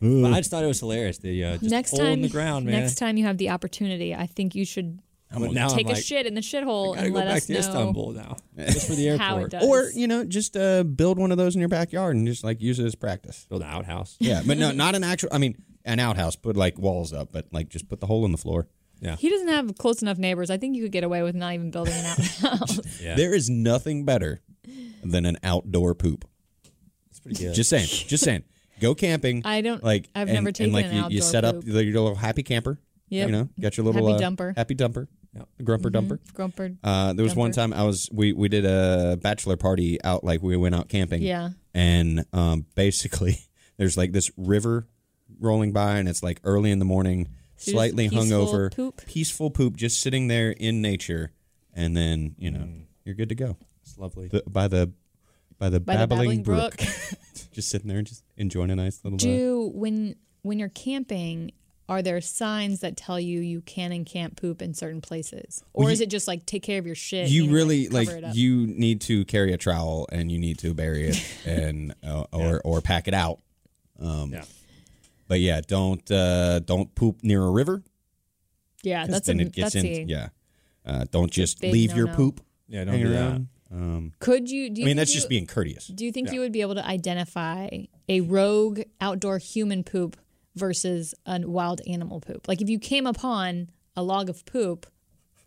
Speaker 3: But I just thought it was hilarious. The uh, just
Speaker 5: next
Speaker 3: hole
Speaker 5: time,
Speaker 3: in the ground, man.
Speaker 5: next time you have the opportunity, I think you should
Speaker 3: But now
Speaker 5: take
Speaker 3: I'm
Speaker 5: a
Speaker 3: like,
Speaker 5: shit in the shithole
Speaker 3: Gotta
Speaker 5: and
Speaker 3: go
Speaker 5: let
Speaker 3: back
Speaker 5: us
Speaker 3: to
Speaker 5: know
Speaker 3: Istanbul now. Just for the airport.
Speaker 5: how it does.
Speaker 4: Or you know, just uh, build one of those in your backyard and just like use it as practice.
Speaker 3: Build an outhouse.
Speaker 4: Yeah, but no, not an actual. I mean, an outhouse. Put like walls up, but like just put the hole in the floor.
Speaker 5: he doesn't have close enough neighbors. I think you could get away with not even building an outhouse.
Speaker 3: Yeah.
Speaker 4: There is nothing better than an outdoor poop.
Speaker 3: It's pretty good.
Speaker 4: Just saying. Just saying. Go camping.
Speaker 5: I don't-
Speaker 4: like.
Speaker 5: I've
Speaker 4: and-
Speaker 5: never
Speaker 4: and,
Speaker 5: taken
Speaker 4: like
Speaker 5: an
Speaker 4: you, you
Speaker 5: outdoor
Speaker 4: set up
Speaker 5: poop.
Speaker 4: your little happy camper.
Speaker 5: Yep.
Speaker 4: You know, got your little
Speaker 5: Happy
Speaker 4: uh,
Speaker 5: dumper. Mm-hmm.
Speaker 4: Happy dumper.
Speaker 3: Yep.
Speaker 4: Grumper dumper.
Speaker 5: Grumper.
Speaker 4: Uh, there was one
Speaker 5: Dumper.
Speaker 4: time I was we we did a bachelor party out like we went out camping.
Speaker 5: Yeah.
Speaker 4: And um, basically, there's like this river rolling by, and it's like early in the morning,
Speaker 5: So just
Speaker 4: slightly
Speaker 5: peaceful
Speaker 4: hungover,
Speaker 5: poop?
Speaker 4: peaceful poop, just sitting there in nature, and then you know you're good to go
Speaker 3: It's lovely.
Speaker 4: the, by the by the
Speaker 5: By the
Speaker 4: babbling,
Speaker 5: babbling brook.
Speaker 4: just sitting there and just enjoying a nice little. uh,
Speaker 5: Do when when you're camping, are there signs that tell you you can and can't poop in certain places, or
Speaker 4: Well, you-
Speaker 5: is it just like take care of your shit?
Speaker 4: you
Speaker 5: and,
Speaker 4: really
Speaker 5: cover
Speaker 4: like
Speaker 5: it up?
Speaker 4: you need to carry a trowel and you need to bury it and uh, or or pack it out. Um,
Speaker 3: Yeah.
Speaker 4: But yeah, don't uh, don't poop near a river.
Speaker 5: Yeah,
Speaker 4: 'cause
Speaker 5: that's
Speaker 4: then
Speaker 5: a,
Speaker 4: it gets
Speaker 5: that's
Speaker 4: in.
Speaker 5: a-
Speaker 4: Yeah, uh, don't just
Speaker 5: big
Speaker 4: leave your
Speaker 5: no-no.
Speaker 4: poop
Speaker 3: Yeah, don't
Speaker 4: hanging
Speaker 3: do that.
Speaker 4: around. Um,
Speaker 5: Could you?
Speaker 4: I
Speaker 5: Do
Speaker 4: mean,
Speaker 5: you think
Speaker 4: that's
Speaker 5: you,
Speaker 4: just being courteous.
Speaker 5: Do you think you would be able to identify a rogue outdoor human poop versus a wild animal poop? Like if you came upon a log of poop,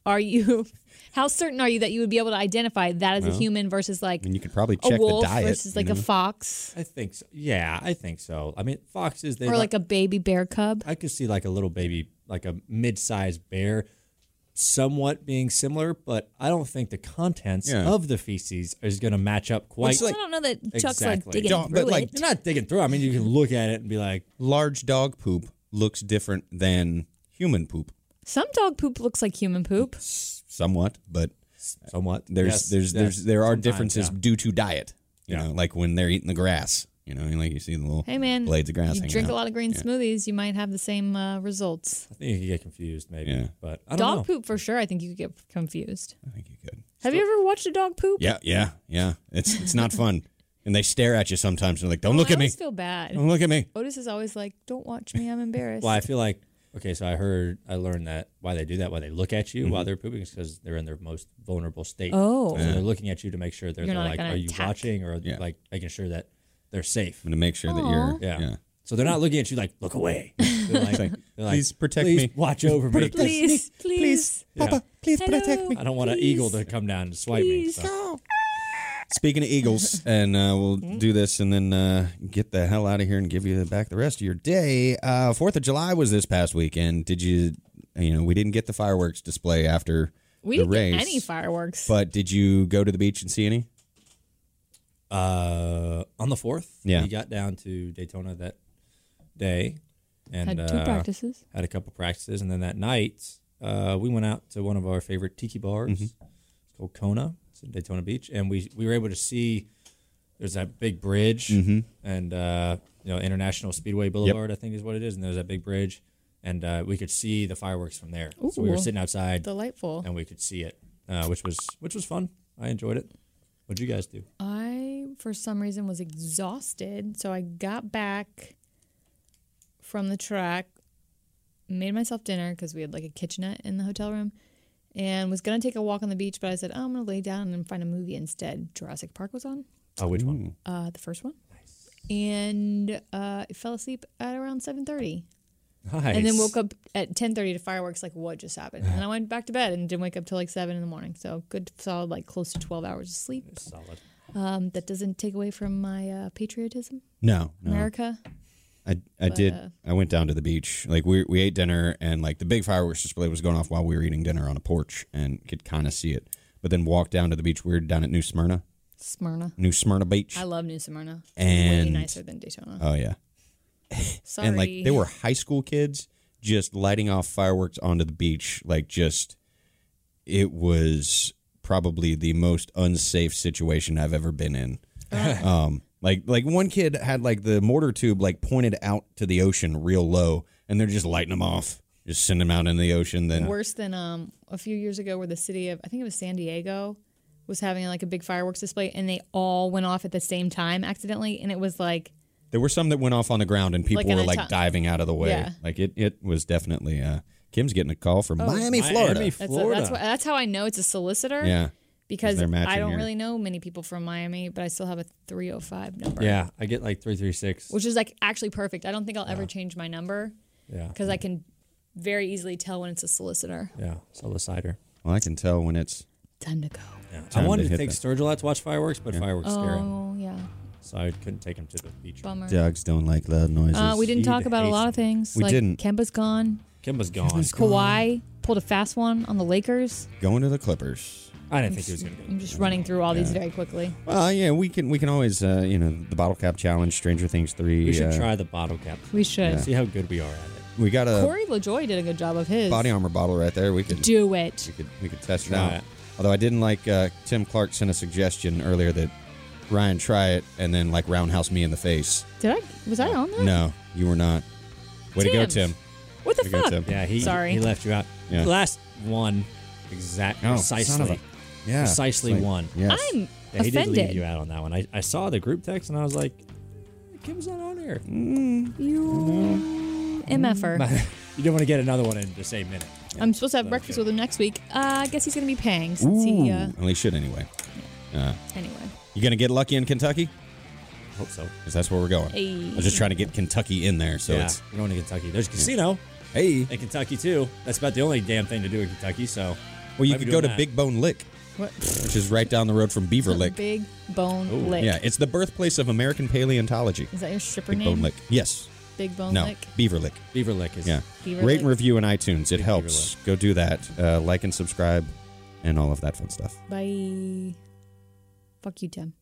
Speaker 5: are you? How certain are you that you would be able to identify that as a human versus like
Speaker 4: And you could probably
Speaker 5: a
Speaker 4: check the
Speaker 5: wolf
Speaker 4: diet.
Speaker 5: versus like
Speaker 4: you
Speaker 5: a
Speaker 4: know?
Speaker 5: fox
Speaker 3: I think so. Yeah, I think so. I mean, foxes they
Speaker 5: or
Speaker 3: don't-
Speaker 5: like a baby bear cub?
Speaker 3: I could see like a little baby, like a mid-sized bear, somewhat being similar, but I don't think the contents
Speaker 4: Yeah.
Speaker 3: of the feces is going to match up quite.
Speaker 4: it's like
Speaker 5: I don't know that Chuck's
Speaker 3: Exactly.
Speaker 5: like digging
Speaker 4: Don't- but,
Speaker 5: through
Speaker 4: like,
Speaker 5: it.
Speaker 3: you're not digging through. I mean, you can look at it and be like,
Speaker 4: large dog poop looks different than human poop,
Speaker 5: Some dog poop looks like human poop.
Speaker 4: somewhat, but
Speaker 3: somewhat.
Speaker 4: there's
Speaker 3: Yes,
Speaker 4: there's
Speaker 3: yes,
Speaker 4: there's there are
Speaker 3: sometimes,
Speaker 4: differences
Speaker 3: yeah.
Speaker 4: due to diet. You
Speaker 3: Yeah.
Speaker 4: know, like when they're eating the grass. You know, and like you see the little
Speaker 5: Hey man,
Speaker 4: blades of grass.
Speaker 5: You
Speaker 4: hanging
Speaker 5: drink
Speaker 4: out.
Speaker 5: a lot of green smoothies, you might have the same uh, results.
Speaker 3: I think you can get confused, maybe.
Speaker 4: Yeah.
Speaker 3: But I don't
Speaker 5: Dog
Speaker 3: know.
Speaker 5: poop for sure. I think you could get confused.
Speaker 4: I think you could.
Speaker 5: Have you ever watched a dog poop?
Speaker 4: Yeah, yeah, yeah. It's it's not fun, and they stare at you sometimes. And they're like, "Don't look
Speaker 5: I
Speaker 4: at me!
Speaker 5: always feel bad.
Speaker 4: Don't look at me!"
Speaker 5: Otis is always like, "Don't watch me. I'm embarrassed."
Speaker 3: Well, I feel like okay. So I heard, I learned that why they do that, why they look at you
Speaker 4: Mm-hmm.
Speaker 3: while they're pooping, is because they're in their most vulnerable state.
Speaker 5: Oh.
Speaker 3: so they're looking at you to make sure they're,
Speaker 5: You're
Speaker 3: they're
Speaker 5: not
Speaker 3: like,
Speaker 5: gonna
Speaker 3: are you
Speaker 5: attack.
Speaker 3: watching, or
Speaker 4: Yeah.
Speaker 3: like making sure that they're safe.
Speaker 4: I'm gonna make sure that you're.
Speaker 3: Yeah.
Speaker 4: yeah.
Speaker 3: So they're not looking at you like, look away. They're like,
Speaker 4: like,
Speaker 3: they're like,
Speaker 4: "Please protect
Speaker 3: please
Speaker 4: me.
Speaker 3: Watch over me.
Speaker 5: please, please,
Speaker 3: Yeah.
Speaker 4: please
Speaker 5: Hello. protect me.
Speaker 3: I don't want an
Speaker 5: Please.
Speaker 3: eagle to come down and swipe
Speaker 5: Please.
Speaker 3: me. So.
Speaker 4: Speaking of eagles, and uh, we'll
Speaker 5: Mm-hmm.
Speaker 4: do this, and then uh, get the hell out of here and give you back the rest of your day. Uh, Fourth of July was this past weekend. Did you? You know, we didn't get the fireworks display after
Speaker 5: we
Speaker 4: the
Speaker 5: didn't
Speaker 4: race.
Speaker 5: get any fireworks.
Speaker 4: But did you go to the beach and see any?
Speaker 3: Uh, on the fourth,
Speaker 4: Yeah.
Speaker 3: we got down to Daytona that day, and
Speaker 5: Had two
Speaker 3: uh,
Speaker 5: practices.
Speaker 3: had a couple practices, and then that night, uh, we went out to one of our favorite tiki bars. It's called Kona. It's in Daytona Beach, and we we were able to see. There's that big bridge, and uh, you know International Speedway Boulevard, I think is what it is, and there's that big bridge, and uh, we could see the fireworks from there. So we were
Speaker 5: Ooh.
Speaker 3: sitting outside,
Speaker 5: Delightful.
Speaker 3: and we could see it, uh, which was which was fun. I enjoyed it. What'd you guys do?
Speaker 5: I, for some reason, was exhausted. So I got back from the track, made myself dinner because we had like a kitchenette in the hotel room, and was going to take a walk on the beach. But I said, oh, I'm going to lay down and find a movie instead. Jurassic Park was on,
Speaker 3: Oh, which one?
Speaker 5: uh, the first one. And uh, I fell asleep at around 7.30
Speaker 3: Nice.
Speaker 5: and then woke up at 10.30 to fireworks like what just happened and i went back to bed and didn't wake up till like 7 in the morning so good solid like close to 12 hours of sleep
Speaker 3: Solid.
Speaker 5: um, that doesn't take away from my uh, patriotism,
Speaker 4: No, no.
Speaker 5: America.
Speaker 4: I, I did.
Speaker 5: uh,
Speaker 4: I went down to the beach. Like we we ate dinner, and like the big fireworks display was going off while we were eating dinner on a porch, and could kind of see it. But then walked down to the beach. We were down at New Smyrna,
Speaker 5: Smyrna.
Speaker 4: New Smyrna Beach.
Speaker 5: I love New Smyrna. Way
Speaker 4: And-
Speaker 5: nicer than Daytona.
Speaker 4: oh yeah,
Speaker 5: Sorry.
Speaker 4: and like they were high school kids just lighting off fireworks onto the beach. Like just, it was probably the most unsafe situation I've ever been in. um, like like one kid had like the mortar tube like pointed out to the ocean real low, and they're just lighting them off, just send them out in the ocean. Then
Speaker 5: worse than um a few years ago where the city of I think it was San Diego was having like a big fireworks display and they all went off at the same time accidentally and it was like
Speaker 4: there were some that went off on the ground, and people
Speaker 5: Like an
Speaker 4: were like
Speaker 5: atta-
Speaker 4: diving out of the way.
Speaker 5: Yeah. Oh,
Speaker 4: Like it it was definitely. Uh, Kim's getting a call from Miami, Florida.
Speaker 3: Miami,
Speaker 5: that's
Speaker 3: Florida.
Speaker 5: that's what, that's how I know it's a solicitor.
Speaker 4: yeah.
Speaker 5: Because
Speaker 4: they're matching
Speaker 5: I don't
Speaker 4: here.
Speaker 5: really know many people from Miami, but I still have a 305 number.
Speaker 3: yeah, I get like three three six.
Speaker 5: Which is like actually perfect. I don't think I'll ever change my number.
Speaker 3: Yeah,
Speaker 5: because I can very easily tell when it's a solicitor.
Speaker 3: yeah. Sell the cider.
Speaker 4: Well, I can tell when it's
Speaker 5: Time to go.
Speaker 3: Yeah. I
Speaker 4: Time to
Speaker 3: wanted to
Speaker 4: hit
Speaker 3: take
Speaker 4: that.
Speaker 3: Sturgill out to watch fireworks, but fireworks scare him.
Speaker 5: Oh yeah.
Speaker 3: so I couldn't take him to the beach.
Speaker 5: Bummer.
Speaker 4: Dogs don't like loud noises.
Speaker 5: Uh, we didn't
Speaker 3: He
Speaker 5: talk about a
Speaker 3: hates
Speaker 5: lot of
Speaker 3: it.
Speaker 5: things.
Speaker 4: We
Speaker 5: like
Speaker 4: didn't.
Speaker 5: Kemba's gone.
Speaker 3: Kimba's gone.
Speaker 5: Kawhi pulled a fast one on the Lakers.
Speaker 4: Going to the Clippers.
Speaker 3: I didn't think he was gonna go.
Speaker 5: I'm just running through all these very quickly.
Speaker 4: Well, yeah, we can we can always uh, you know the bottle cap challenge, Stranger Things three.
Speaker 3: We should
Speaker 4: uh,
Speaker 3: try the bottle cap.
Speaker 5: We should. uh,
Speaker 3: See how good we are at it.
Speaker 4: We got a
Speaker 5: Corey LaJoy did a good job of his.
Speaker 4: body armor bottle right there. We could
Speaker 5: Do it.
Speaker 4: we could we could test it
Speaker 3: Try
Speaker 4: out.
Speaker 3: it.
Speaker 4: Although I didn't like uh, Tim Clark sent a suggestion earlier that Ryan try it and then like roundhouse me in the face.
Speaker 5: Did I? Was I on that?
Speaker 4: No, you were not. Way to go,
Speaker 5: Hmm. Tim.
Speaker 4: Tim.
Speaker 5: What the
Speaker 4: Way to go,
Speaker 5: fuck?
Speaker 4: Tim.
Speaker 3: Yeah, he
Speaker 5: Sorry.
Speaker 3: he left you out.
Speaker 4: Yeah.
Speaker 3: Last one, exact
Speaker 4: Oh, son of
Speaker 3: precisely.
Speaker 4: a- yeah,
Speaker 3: precisely
Speaker 4: it's like-
Speaker 3: one.
Speaker 4: Yes.
Speaker 5: I'm
Speaker 3: Yeah, he
Speaker 5: offended.
Speaker 3: did leave you out on that one. I, I saw the group text and I was like, Kim's not on here.
Speaker 4: Mm-hmm.
Speaker 5: You mf'er.
Speaker 4: Mm.
Speaker 3: You don't want to get another one in the same minute.
Speaker 5: er. I'm supposed to have
Speaker 3: So,
Speaker 5: breakfast
Speaker 3: yeah.
Speaker 5: with him next week. Uh, I guess he's gonna be paying since he.
Speaker 4: Ooh.
Speaker 5: Uh,
Speaker 4: Well, he should anyway.
Speaker 5: anyway,
Speaker 4: You gonna get lucky in Kentucky?
Speaker 3: Hope so.
Speaker 4: Because that's where we're going.
Speaker 5: Hey.
Speaker 4: I was just trying to get Kentucky in there, so
Speaker 3: yeah,
Speaker 4: it's
Speaker 3: you're going to Kentucky. There's a casino
Speaker 4: hey.
Speaker 3: in Kentucky too. That's about the only damn thing to do in Kentucky. So,
Speaker 4: Well, you
Speaker 3: might be
Speaker 4: could
Speaker 3: doing
Speaker 4: go to
Speaker 3: that.
Speaker 4: Big Bone Lick,
Speaker 5: what?
Speaker 4: which is right down the road from Beaver Lick.
Speaker 5: Big bone lick.
Speaker 4: Yeah, it's the birthplace of American paleontology.
Speaker 5: Is that your stripper
Speaker 4: Big
Speaker 5: name?
Speaker 4: Bone Lick. Yes.
Speaker 5: Big bone
Speaker 4: no.
Speaker 5: lick.
Speaker 4: Beaver Lick.
Speaker 3: Beaver Lick is
Speaker 4: Yeah.
Speaker 5: Beaver
Speaker 4: Rate
Speaker 5: Lick.
Speaker 4: and review in iTunes. It
Speaker 3: Big
Speaker 4: helps. Go do that. Uh, like and subscribe, and all of that fun stuff.
Speaker 5: Bye. Fuck you, Tim.